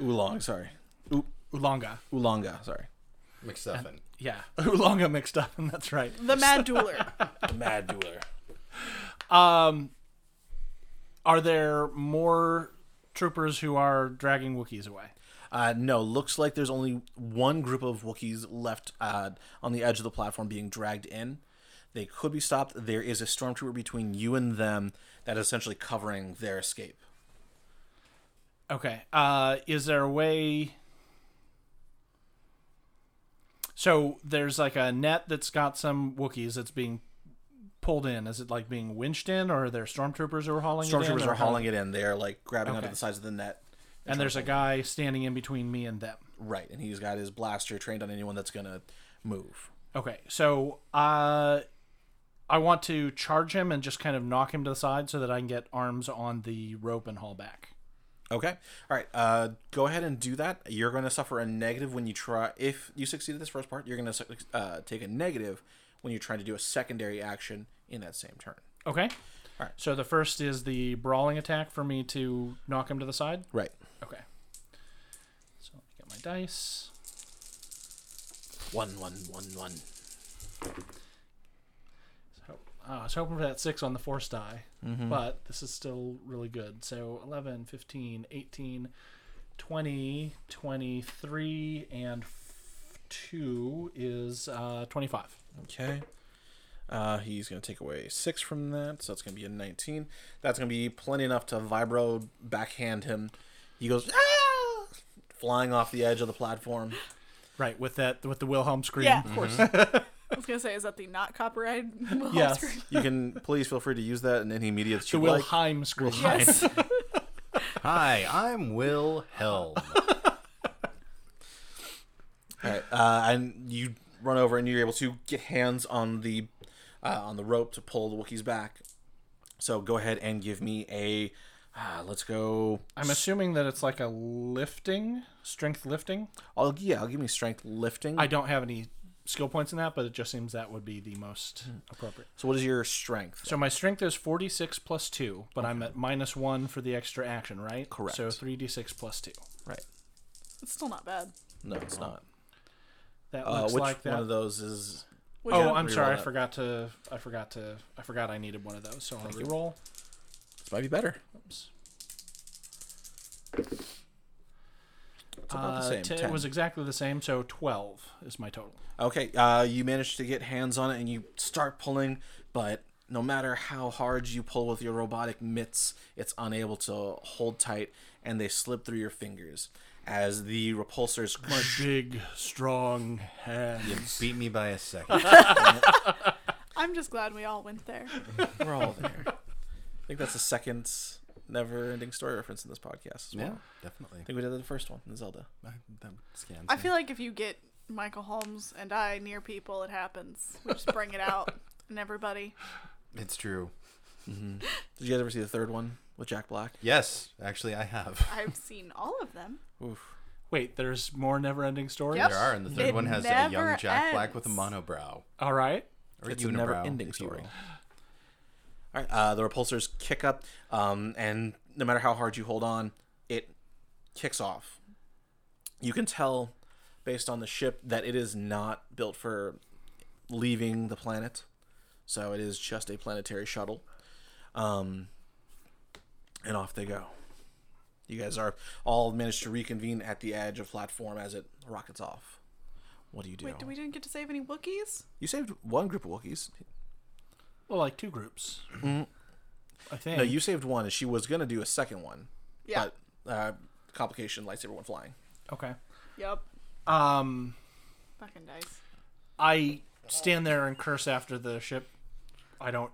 Speaker 1: Oolong, sorry. U-
Speaker 2: Ulonga,
Speaker 1: Oolonga, sorry.
Speaker 4: McStuffin.
Speaker 2: yeah, Ulonga mixed up, and that's right.
Speaker 3: The Mad Dueler.
Speaker 1: The Mad Dueler.
Speaker 2: Um, Are there more troopers who are dragging Wookiees away?
Speaker 1: Uh, no, looks like there's only one group of Wookiees left uh, on the edge of the platform being dragged in. They could be stopped. There is a stormtrooper between you and them that is essentially covering their escape.
Speaker 2: Okay. Uh, is there a way? So there's like a net that's got some Wookiees that's being pulled in. Is it like being winched in, or are there stormtroopers who are hauling? it in,
Speaker 1: Stormtroopers
Speaker 2: or
Speaker 1: are
Speaker 2: how-
Speaker 1: hauling it in. They're like grabbing onto
Speaker 2: Okay.
Speaker 1: the sides of the net.
Speaker 2: And there's a guy standing in between me and them.
Speaker 1: Right, and he's got his blaster trained on anyone that's gonna move.
Speaker 2: Okay, so uh, I want to charge him and just kind of knock him to the side so that I can get arms on the rope and haul back.
Speaker 1: Okay. All right. Uh, go ahead and do that. You're going to suffer a negative when you try. If you succeed at this first part, you're going to uh, take a negative when you're trying to do a secondary action in that same turn.
Speaker 2: Okay.
Speaker 1: All right.
Speaker 2: So the first is the brawling attack for me to knock him to the side.
Speaker 1: Right.
Speaker 2: Okay. So let me get my dice.
Speaker 1: One, one, one, one.
Speaker 2: So, uh, I was hoping for that six on the force die,
Speaker 1: Mm-hmm.
Speaker 2: but this is still really good. So 11, 15, 18, 20, 23, and f- 2 is uh, 25.
Speaker 1: Okay. Uh, he's going to take away six from that, so that's going to be a 19. That's going to be plenty enough to vibro backhand him. He goes ah! flying off the edge of the platform.
Speaker 2: Right, with that with the Wilhelm scream.
Speaker 3: Yeah,
Speaker 1: Mm-hmm.
Speaker 3: of course. I was gonna say, is that the not copyrighted?
Speaker 2: Yes.
Speaker 1: You can please feel free to use that in any media that you
Speaker 2: The
Speaker 1: like.
Speaker 2: Wilhelm scream.
Speaker 3: Yes.
Speaker 4: Hi, I'm Will Helm.
Speaker 1: All right, uh, and you run over and you're able to get hands on the uh, on the rope to pull the Wookiees back. So go ahead and give me a uh, let's go.
Speaker 2: I'm assuming that it's like a lifting, strength lifting.
Speaker 1: I'll yeah, I'll give me strength lifting.
Speaker 2: I don't have any skill points in that, but it just seems that would be the most appropriate.
Speaker 1: so what is your strength?
Speaker 2: Mm. So my strength is 46 plus 2, but I'm at minus 1 for the extra action, right?
Speaker 1: Correct.
Speaker 2: So 3d6 plus 2.
Speaker 1: Right.
Speaker 3: it's still not bad.
Speaker 1: No, it's not.
Speaker 2: That
Speaker 1: Uh,
Speaker 2: looks
Speaker 1: which
Speaker 2: like that.
Speaker 1: one of those is?
Speaker 3: Which
Speaker 2: oh,
Speaker 3: one?
Speaker 2: I'm sorry. I
Speaker 1: that.
Speaker 2: forgot to I forgot to I forgot I needed one of those. So I'll re-roll.
Speaker 1: This might be better.
Speaker 2: Oops.
Speaker 1: It's about
Speaker 2: Uh,
Speaker 1: the same.
Speaker 2: t- it
Speaker 1: 10.
Speaker 2: was exactly the same, so 12 is my total.
Speaker 1: Okay, uh, you manage to get hands on it and you start pulling, but no matter how hard you pull with your robotic mitts, it's unable to hold tight and they slip through your fingers as the repulsors
Speaker 2: My big, strong hand.
Speaker 4: You beat me by a second.
Speaker 3: I'm just glad we all went there.
Speaker 1: we're all there. I think that's the second never ending story reference in this podcast as well.
Speaker 4: yeah,
Speaker 1: I
Speaker 4: definitely.
Speaker 1: think we did the first one in Zelda.
Speaker 4: I, that scans.
Speaker 3: I feel like if you get Michael Holmes and I near people, it happens. We just bring it out, and everybody.
Speaker 4: it's true.
Speaker 1: Did you guys ever see the third one with Jack Black?
Speaker 4: Yes, actually, I have.
Speaker 3: I've seen all of them.
Speaker 1: Oof.
Speaker 2: Wait, there's more never-ending stories.
Speaker 3: Yep.
Speaker 4: There are, and the third
Speaker 3: It
Speaker 4: one has a
Speaker 3: never
Speaker 4: young Jack Black with a
Speaker 3: ends.
Speaker 4: monobrow.
Speaker 2: All right.
Speaker 4: Or
Speaker 1: It's a
Speaker 4: unibrow,
Speaker 1: never-ending
Speaker 4: if you
Speaker 1: story.
Speaker 4: will.
Speaker 1: All right, uh, the repulsors kick up, um, and no matter how hard you hold on, it kicks off. You can tell, based on the ship, that it is not built for leaving the planet, so it is just a planetary shuttle. Um, and off they go. You guys are all managed to reconvene at the edge of platform as it rockets off. What do you do?
Speaker 3: Wait, do we didn't get to save any Wookiees?
Speaker 1: You saved one group of Wookiees.
Speaker 2: Well, like two groups. I think.
Speaker 1: No, you saved one, and she was gonna do a second one.
Speaker 3: Yeah.
Speaker 1: But uh, complication, lightsaber went flying.
Speaker 2: Okay.
Speaker 3: Yep.
Speaker 2: Um,
Speaker 3: Fucking dice.
Speaker 2: I stand there and curse after the ship. I don't.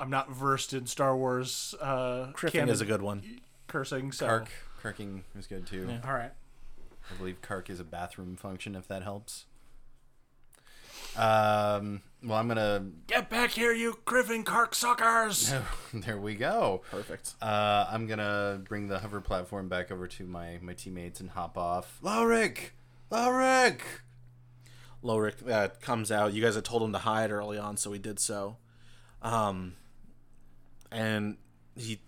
Speaker 2: I'm not versed in Star Wars. Uh,
Speaker 1: Criffing
Speaker 2: canon
Speaker 1: is a good one.
Speaker 2: cursing. So.
Speaker 4: Kirk. Kirking was good too.
Speaker 2: All right.
Speaker 4: I believe Kirk is a bathroom function, if that helps. Um, well, I'm gonna.
Speaker 2: Get back here, you Griffin Kark suckers!
Speaker 4: there we go.
Speaker 1: Perfect.
Speaker 4: Uh, I'm gonna bring the hover platform back over to my my teammates and hop off. Lauric, Lauric.
Speaker 1: Lorik uh, comes out. You guys had told him to hide early on, so he did so. Um, and he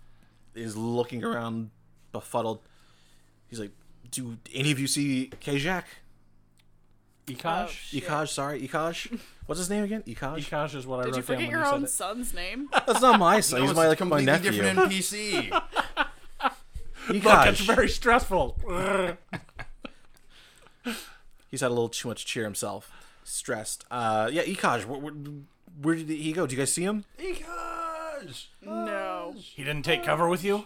Speaker 1: is looking around, befuddled. He's like, "Do any of you see Kajak?
Speaker 3: Oh,
Speaker 2: Ikash.
Speaker 3: shit.
Speaker 1: Ikaj? Sorry, Ikaj. What's his name again? Ikaj.
Speaker 2: Ikash is what I
Speaker 3: Did
Speaker 2: wrote
Speaker 3: you forget
Speaker 2: down when
Speaker 3: your
Speaker 2: said
Speaker 3: own
Speaker 2: it.
Speaker 3: son's name?
Speaker 1: That's not my son.
Speaker 4: No,
Speaker 1: He's
Speaker 4: it's
Speaker 1: my
Speaker 4: a
Speaker 1: like my
Speaker 4: completely
Speaker 1: nephew.
Speaker 4: different NPC.
Speaker 2: Look, it's
Speaker 1: Ikaj.
Speaker 2: very stressful.
Speaker 1: He's had a little too much cheer himself. Stressed. Uh, yeah, Ikaj. What, what, where did he go? Do you guys see him?
Speaker 4: Because
Speaker 3: No.
Speaker 2: He didn't take cover with you?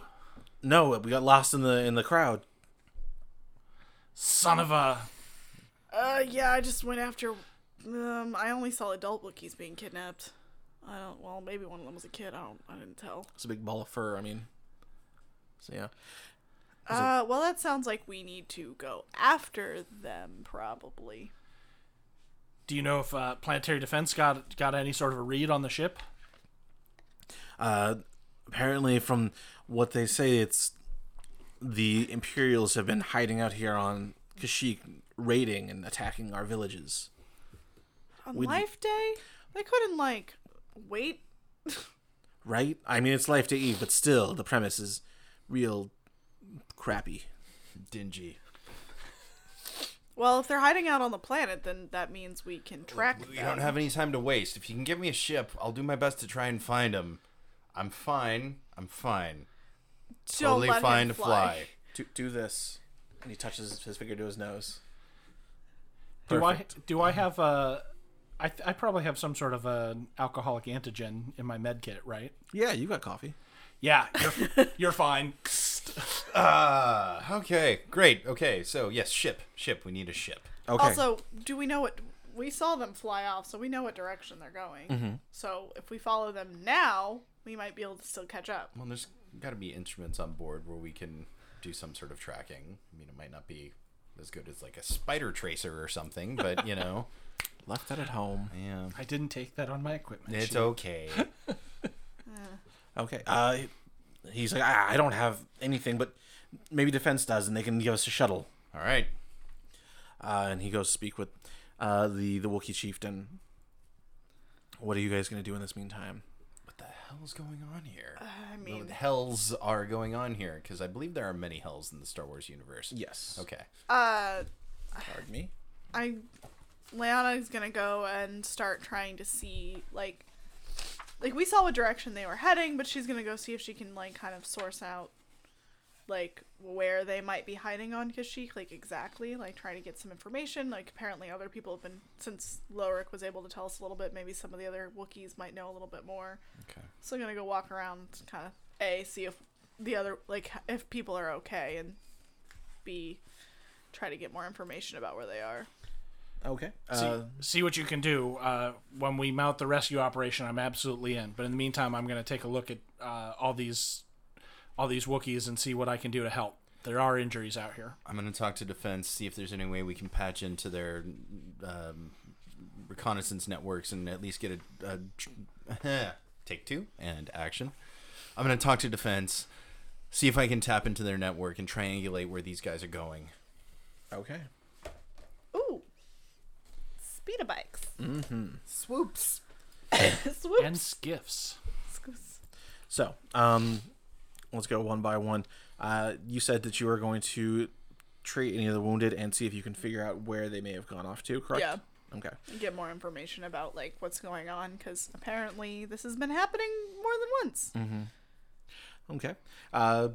Speaker 1: No, we got lost in the in the crowd.
Speaker 2: Son of a.
Speaker 3: Uh, yeah, I just went after. Um, I only saw adult Wookiees being kidnapped. I don't. Well, maybe one of them was a kid. I don't. I didn't tell.
Speaker 1: It's a big ball of fur. I mean, so yeah.
Speaker 3: Uh, well, that sounds like we need to go after them, probably.
Speaker 2: Do you know if uh, Planetary Defense got got any sort of a read on the ship?
Speaker 1: Uh, apparently, from what they say, it's the Imperials have been hiding out here on Kashyyyk, raiding and attacking our villages.
Speaker 3: On
Speaker 1: We'd-
Speaker 3: Life Day, they couldn't like wait.
Speaker 1: Right? I mean, it's Life Day Eve, but still, the premise is real crappy.
Speaker 4: dingy.
Speaker 3: Well, if they're hiding out on the planet, then that means we can track
Speaker 4: We
Speaker 3: them.
Speaker 4: don't have any time to waste. If you can give me a ship, I'll do my best to try and find him. I'm fine. I'm fine.
Speaker 3: Don't
Speaker 4: Totally
Speaker 3: let him
Speaker 4: fine to fly.
Speaker 1: Do, do this. And he touches his finger to his nose.
Speaker 2: Do I do I have a? I th- I probably have some sort of an alcoholic antigen in my med kit, right?
Speaker 1: Yeah, you got coffee.
Speaker 2: Yeah, you're, you're fine.
Speaker 4: Ah, okay, great. Okay, so yes, ship, ship. We need a ship.
Speaker 1: Okay.
Speaker 3: Also, do we know what we saw them fly off, so we know what direction they're going. So if we follow them now, we might be able to still catch up.
Speaker 4: Well, there's got to be instruments on board where we can do some sort of tracking. I mean, it might not be as good as like a spider tracer or something, but you know,
Speaker 1: Left that at home.
Speaker 4: yeah,
Speaker 2: I didn't take that on my equipment.
Speaker 4: it's
Speaker 2: sheet.
Speaker 4: okay.
Speaker 1: Okay. Uh, he's like, "Ah, I, I don't have anything, but maybe defense does, and they can give us a shuttle.
Speaker 4: All right.
Speaker 1: Uh, and he goes speak with uh, the the Wookiee chieftain. What are you guys gonna do in this meantime?
Speaker 4: What the hell's going on here?
Speaker 3: Uh, I
Speaker 4: What
Speaker 3: mean,
Speaker 4: the hells are going on here? Because I believe there are many hells in the Star Wars universe.
Speaker 1: Yes.
Speaker 4: Okay.
Speaker 3: uh,
Speaker 1: Pardon me.
Speaker 3: I Leanna is gonna go and start trying to see like like we saw what direction they were heading, but she's gonna go see if she can like kind of source out like where they might be hiding on Kashyyyk, like exactly, like trying to get some information. Like apparently other people have been since Lorik was able to tell us a little bit, maybe some of the other Wookiees might know a little bit more.
Speaker 4: Okay.
Speaker 3: So I'm gonna go walk around kinda A, see if the other like if people are okay and B try to get more information about where they are.
Speaker 1: Okay.
Speaker 2: See,
Speaker 1: Uh,
Speaker 2: see what you can do. Uh, when we mount the rescue operation, I'm absolutely in. But in the meantime, I'm going to take a look at uh, all these all these Wookiees and see what I can do to help. There are injuries out here.
Speaker 4: I'm going to talk to defense, see if there's any way we can patch into their um, reconnaissance networks and at least get a, a tr- take two and action. I'm going to talk to defense, see if I can tap into their network and triangulate where these guys are going.
Speaker 1: okay.
Speaker 3: Ooh. Speeder bikes.
Speaker 4: Swoops.
Speaker 3: Swoops.
Speaker 2: And skiffs.
Speaker 1: So, um, let's go one by one. Uh, you said that you were going to treat any of the wounded and see if you can figure out where they may have gone off to. Correct.
Speaker 3: Yeah.
Speaker 1: Okay.
Speaker 3: Get more information about like what's going on because apparently this has been happening more than once.
Speaker 1: Okay. Uh,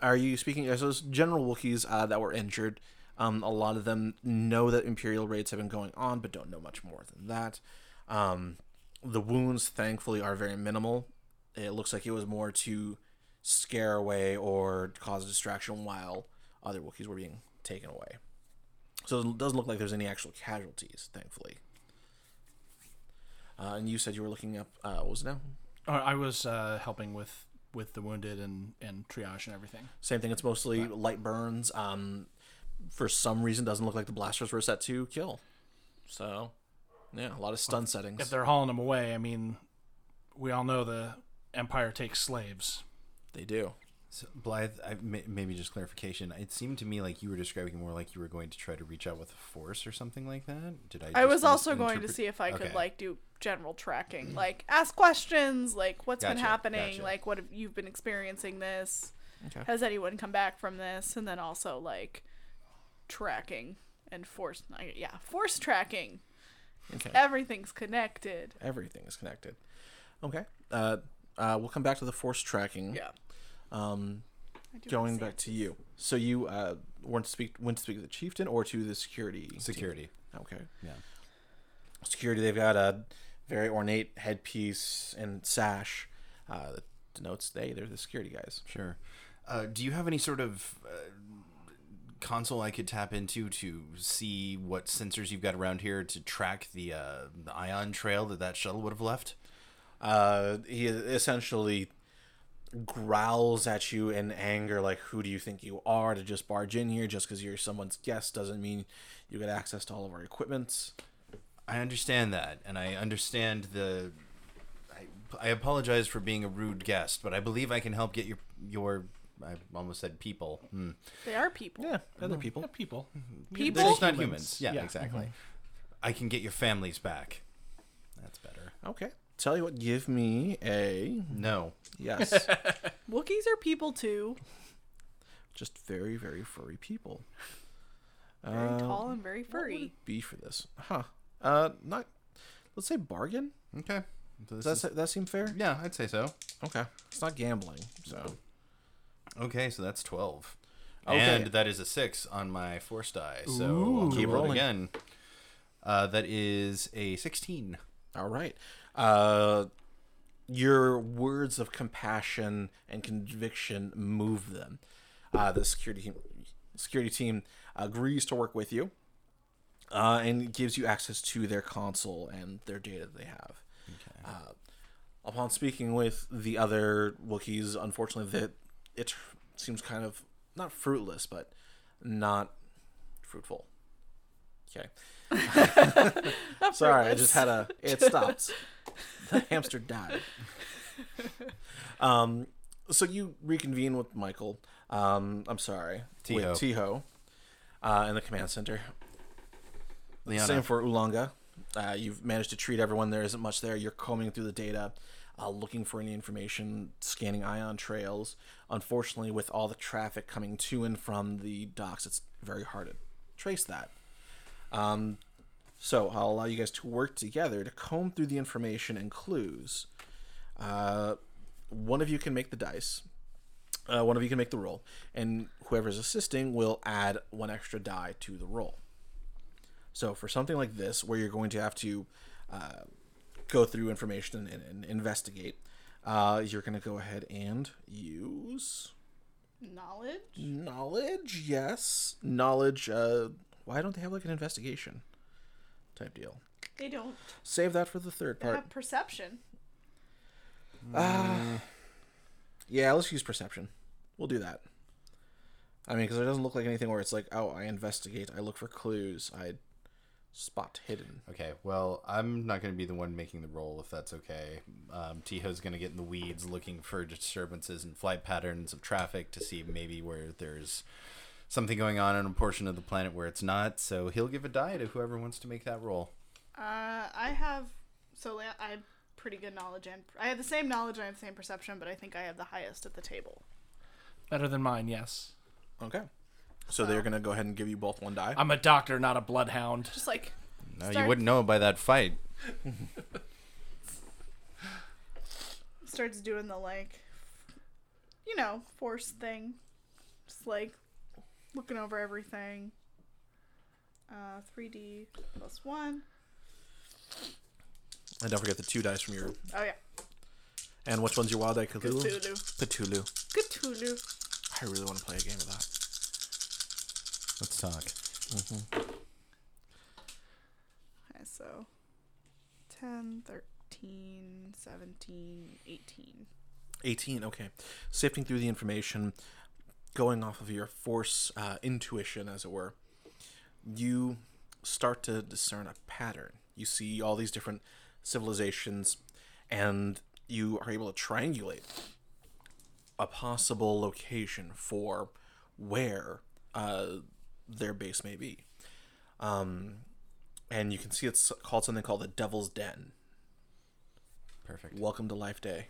Speaker 1: are you speaking as those general Wookiees uh, that were injured? Um, a lot of them know that Imperial raids have been going on, but don't know much more than that. Um, the wounds, thankfully, are very minimal. It looks like it was more to scare away or cause distraction while other Wookiees were being taken away. So it doesn't look like there's any actual casualties, thankfully. Uh, and you said you were looking up, uh, what was it now?
Speaker 2: Uh, I was uh, helping with with the wounded and and triage and everything.
Speaker 1: Same thing. It's mostly light burns. Um, for some reason, doesn't look like the blasters were set to kill. So, yeah, a lot of stun
Speaker 2: If
Speaker 1: settings.
Speaker 2: they're hauling them away, I mean, we all know the Empire takes slaves.
Speaker 1: They do.
Speaker 4: So, Blythe, I, may, maybe just clarification. It seemed to me like you were describing more like you were going to try to reach out with a force or something like that. Did I?
Speaker 3: I
Speaker 4: just
Speaker 3: was also going to
Speaker 4: misinterpret-
Speaker 3: see if I could
Speaker 4: Okay.
Speaker 3: like do general tracking, like ask questions, like what's been
Speaker 4: Gotcha,
Speaker 3: happening,
Speaker 4: gotcha.
Speaker 3: like what have you been experiencing this?
Speaker 1: Okay.
Speaker 3: Has anyone come back from this? And then also like tracking and force, I- yeah, force tracking.
Speaker 1: Okay.
Speaker 3: Everything's connected.
Speaker 1: Everything is connected. Okay. Uh, uh, we'll come back to the force tracking.
Speaker 3: Yeah.
Speaker 1: Um,
Speaker 3: I do
Speaker 1: going
Speaker 3: wanna see
Speaker 1: back to you. So you uh, went to speak went to speak to the chieftain or to the security. team?
Speaker 4: security.
Speaker 1: Okay.
Speaker 4: Yeah.
Speaker 1: Security. They've got uh, very ornate headpiece and sash uh, that denotes they they're the security guys.
Speaker 4: Sure. Uh, do you have any sort of uh, console I could tap into to see what sensors you've got around here to track the, uh, the ion trail that that shuttle would have left?
Speaker 1: Uh, he essentially growls at you in anger, like, "Who do you think you are to just barge in here? Just because you're someone's guest doesn't mean you get access to all of our equipment."
Speaker 4: I understand that, and I understand the. I, I apologize for being a rude guest, but I believe I can help get your your. I almost said people. Hmm.
Speaker 3: They are people.
Speaker 1: Yeah, other people.
Speaker 2: Yeah, people.
Speaker 3: People.
Speaker 4: Mm-hmm. They're just not humans.
Speaker 2: Humans.
Speaker 4: Yeah,
Speaker 2: Yeah.
Speaker 4: exactly. I can get your families back. That's better.
Speaker 1: Okay. Tell you what, give me a
Speaker 4: No.
Speaker 1: yes.
Speaker 3: Wookiees are people too.
Speaker 1: just very, very furry people.
Speaker 3: Very tall and very furry.
Speaker 1: Be for this, huh? Uh, not. Let's say bargain.
Speaker 4: Okay. So this
Speaker 1: Does
Speaker 4: is-
Speaker 1: that, se- that seem fair?
Speaker 4: yeah, I'd say so.
Speaker 1: Okay. It's not gambling, so
Speaker 4: Okay, so that's 12.
Speaker 1: Okay.
Speaker 4: And that is a 6 on my force die. So I'll
Speaker 1: Keep
Speaker 4: keep rolling
Speaker 1: rolling.
Speaker 4: again. Uh, that is a 16.
Speaker 1: all right. Uh, your words of compassion and conviction move them. Uh, the security team, security team agrees to work with you, uh, and gives you access to their console and their data that they have. Uh, upon speaking with the other Wookiees, unfortunately, that it seems kind of not fruitless, but not fruitful. Okay. Sorry, I just had a. It stopped. the hamster died. Um, so you reconvene with Michael. Um, I'm sorry,
Speaker 4: Tiho.
Speaker 1: with Tiho, uh, in the command center.
Speaker 4: Liana.
Speaker 1: Same for Ulanga. Uh, you've managed to treat everyone. There isn't much there. You're combing through the data, uh, looking for any information, scanning ion trails. Unfortunately, with all the traffic coming to and from the docks, it's very hard to trace that. Um, so I'll allow you guys to work together to comb through the information and clues. Uh, one of you can make the dice. Uh, one of you can make the roll, and whoever's assisting will add one extra die to the roll. So for something like this, where you're going to have to uh, go through information and, and investigate, uh, you're going to go ahead and use
Speaker 3: Knowledge?
Speaker 1: knowledge. Yes, knowledge. Uh, why don't they have like an investigation type deal?
Speaker 3: They don't
Speaker 1: Save that for the third
Speaker 3: They
Speaker 1: part.
Speaker 3: have perception.
Speaker 1: Uh, Yeah, let's use perception. We'll do that. I mean, because it doesn't look like anything where it's like, oh, I investigate, I look for clues, I spot hidden.
Speaker 4: Okay, well, I'm not going to be the one making the roll if that's okay. Um, Tiho's going to get in the weeds looking for disturbances and flight patterns of traffic to see maybe where there's something going on on a portion of the planet where it's not. So he'll give a die to whoever wants to make that roll.
Speaker 3: Uh, I have so La- I have pretty good knowledge and I have the same knowledge and I have the same perception, but I think I have the highest at the table.
Speaker 2: Better than mine, yes.
Speaker 1: Okay. So they're gonna go ahead and give you both one die.
Speaker 2: I'm a doctor, not a bloodhound.
Speaker 3: Just like
Speaker 4: No,
Speaker 3: Start-
Speaker 4: you wouldn't know by that fight.
Speaker 3: starts doing the like, you know, force thing, just like looking over everything. Uh, 3D plus one.
Speaker 1: And don't forget the two dice from your.
Speaker 3: Oh yeah,
Speaker 1: And which one's your wild die? Cthulhu. Cthulhu.
Speaker 3: Cthulhu. Cthulhu.
Speaker 1: I really want to play a game of that.
Speaker 4: Let's talk.
Speaker 3: Okay, so 10, 13, 17, 18.
Speaker 1: 18 okay sifting through the information going off of your force uh, intuition as it were you start to discern a pattern you see all these different civilizations and you are able to triangulate a possible location for where uh, their base may be um, and you can see it's called something called the devil's den
Speaker 4: Perfect.
Speaker 1: welcome to life day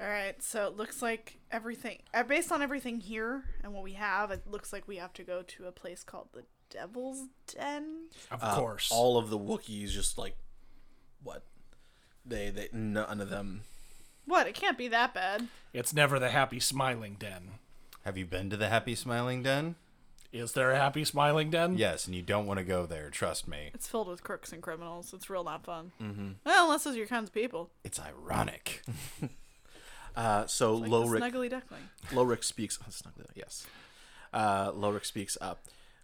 Speaker 3: All right, so it looks like everything, uh, based on everything here and what we have, it looks like we have to go to a place called the Devil's Den.
Speaker 2: Of
Speaker 1: Uh,
Speaker 2: course.
Speaker 1: all of the Wookiees just like what they they none of them.
Speaker 3: What? It can't be that bad.
Speaker 2: it's never the happy smiling den.
Speaker 4: Have you been to the Happy Smiling Den?
Speaker 2: Is there a happy smiling den?
Speaker 4: Yes, and you don't want to go there, trust me.
Speaker 3: It's filled with crooks and criminals. It's real not fun.
Speaker 1: Mm-hmm.
Speaker 3: Well, unless those are your kinds of people.
Speaker 4: It's ironic.
Speaker 1: Uh, so
Speaker 3: Like the
Speaker 1: Lowrick,
Speaker 3: snuggly duckling.
Speaker 1: Lowrick speaks. Oh, snuggly, yes. Uh, Lowrick speaks up.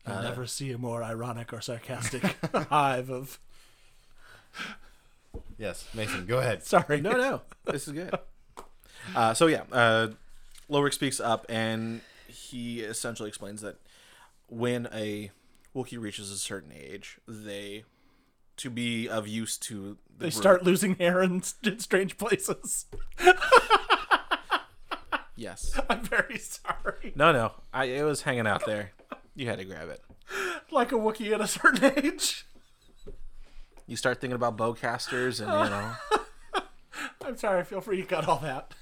Speaker 2: You'll
Speaker 1: Uh,
Speaker 2: never see a more ironic or sarcastic hive of.
Speaker 4: yes, Mason, go ahead.
Speaker 2: Sorry.
Speaker 1: No, Oh, no, this is good. Uh, so yeah, uh, Lowrick speaks up, and he essentially explains that when a Wookiee reaches a certain age, they to be of use to the
Speaker 2: They
Speaker 1: group-
Speaker 2: start losing hair in st- strange places.
Speaker 1: Yes.
Speaker 2: I'm very sorry.
Speaker 1: No, no. I it was hanging out there. You had to grab it.
Speaker 2: Like a Wookiee at a certain age.
Speaker 1: You start thinking about bowcasters, and you know.
Speaker 2: I'm sorry. Feel free to cut all that.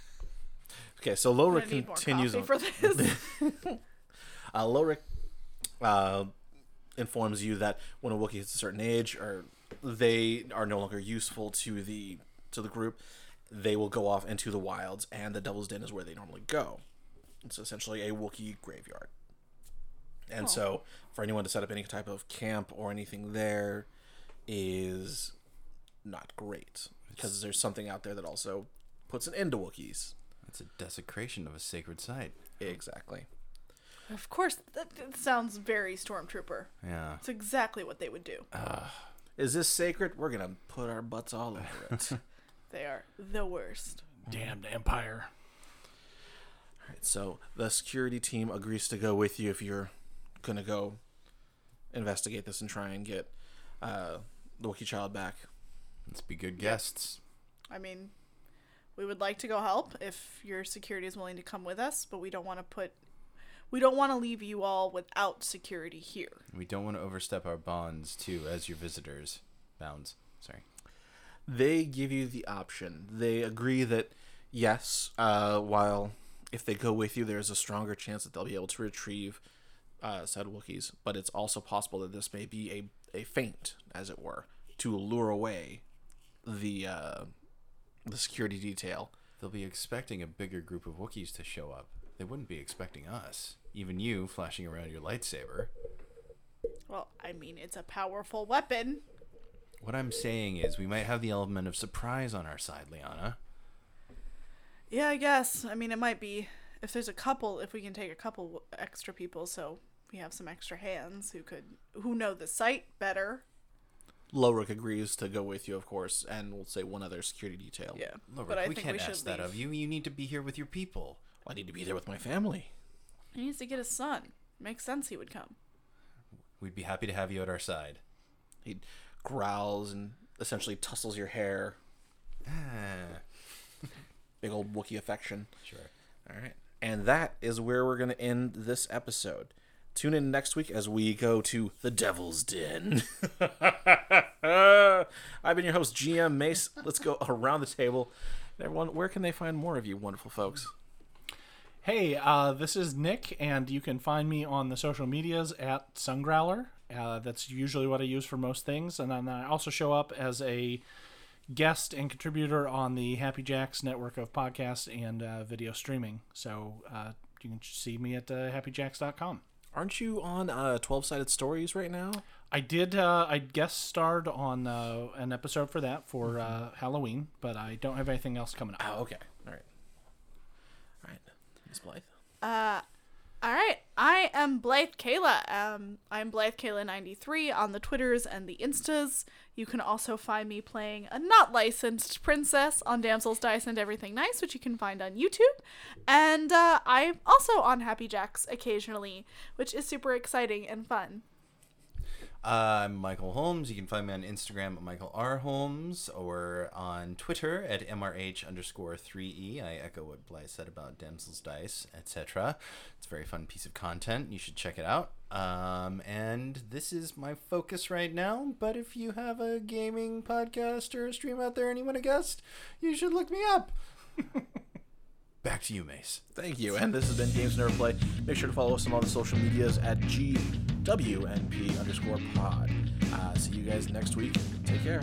Speaker 1: Okay, so
Speaker 3: I
Speaker 1: Lowrick
Speaker 3: need more
Speaker 1: continues
Speaker 3: coffee
Speaker 1: on.
Speaker 3: for this.
Speaker 1: Uh, Lorik uh, informs you that when a Wookiee hits a certain age, or they are no longer useful to the to the group, they will go off into the wilds, and the Devil's Den is where they normally go. It's essentially a Wookiee graveyard, and so for anyone to set up any type of camp or anything there is not great because there's something out there that also puts an end to Wookiees.
Speaker 4: It's a desecration of a sacred site.
Speaker 1: Exactly.
Speaker 3: of course, that, that sounds very stormtrooper.
Speaker 4: Yeah.
Speaker 3: It's exactly what they would do.
Speaker 1: Is this sacred? We're gonna put our butts all over it.
Speaker 3: They are the worst.
Speaker 2: Damned empire.
Speaker 1: So the security team agrees to go with you if you're gonna go investigate this and try and get uh, the Wookiee child back.
Speaker 4: Let's be good guests.
Speaker 3: I mean, we would like to go help if your security is willing to come with us, but we don't want to put. We don't want to leave you all without security here.
Speaker 4: We don't want to overstep our bonds, too, as your visitors. Bounds. Sorry.
Speaker 1: They give you the option. They agree that yes, uh, while if they go with you, there's a stronger chance that they'll be able to retrieve uh, said Wookiees, but it's also possible that this may be a, a feint, as it were, to lure away the uh, the security detail.
Speaker 4: They'll be expecting a bigger group of Wookiees to show up. They wouldn't be expecting us. Even you flashing around your lightsaber.
Speaker 3: Well, I mean, it's a powerful weapon.
Speaker 4: What I'm saying is, we might have the element of surprise on our side, Liana.
Speaker 3: Yeah, I guess. I mean, it might be if there's a couple, if we can take a couple extra people, so we have some extra hands who could who know the site better.
Speaker 1: Lowrick agrees to go with you, of course, and we'll say one other security detail.
Speaker 3: Yeah,
Speaker 4: Lorik, we can't ask that of you. You need to be here with your people.
Speaker 1: I need to be there with my family.
Speaker 3: He needs to get his son. Makes sense he would come.
Speaker 4: We'd be happy to have you at our side.
Speaker 1: He growls and essentially tussles your hair.
Speaker 4: Ah,
Speaker 1: Big old Wookiee affection.
Speaker 4: sure.
Speaker 1: All right. And that is where we're going to end this episode. Tune in next week as we go to the Devil's Den. I've been your host, GM Mace. Let's go around the table. Everyone, where can they find more of you wonderful folks?
Speaker 2: Hey, uh, this is Nick, and you can find me on the social medias at Sungrowler. Uh, that's usually what I use for most things. And then I also show up as a guest and contributor on the Happy Jacks network of podcasts and uh, video streaming. So uh, you can see me at uh, happyjacks.com.
Speaker 1: Aren't you on uh, 12-Sided Stories right now?
Speaker 2: I did, uh, I guest starred on uh, an episode for that for uh, Halloween, but I don't have anything else coming up.
Speaker 1: Oh, okay. All right. All right. Miss Blythe.
Speaker 3: All right, I am Blythe Kayla. Um, I'm Blythe Kayla93 on the Twitters and the Instas. You can also find me playing a not licensed princess on Damsels Dice and Everything Nice, which you can find on YouTube. And uh, I'm also on Happy Jacks occasionally, which is super exciting and fun.
Speaker 4: I'm Michael Holmes. You can find me on Instagram at Michael R. Holmes or on Twitter at MRH underscore 3E. I echo what Blythe said about Damsel's Dice, etc. It's a very fun piece of content. You should check it out. Um, and this is my focus right now, but if you have a gaming podcast or a stream out there and you want a guest, you should look me up. Back to you, Mace.
Speaker 1: Thank you. And this has been Games Never Play. Make sure to follow us on all the social medias at GWNP underscore pod. Uh, see you guys next week. Take care.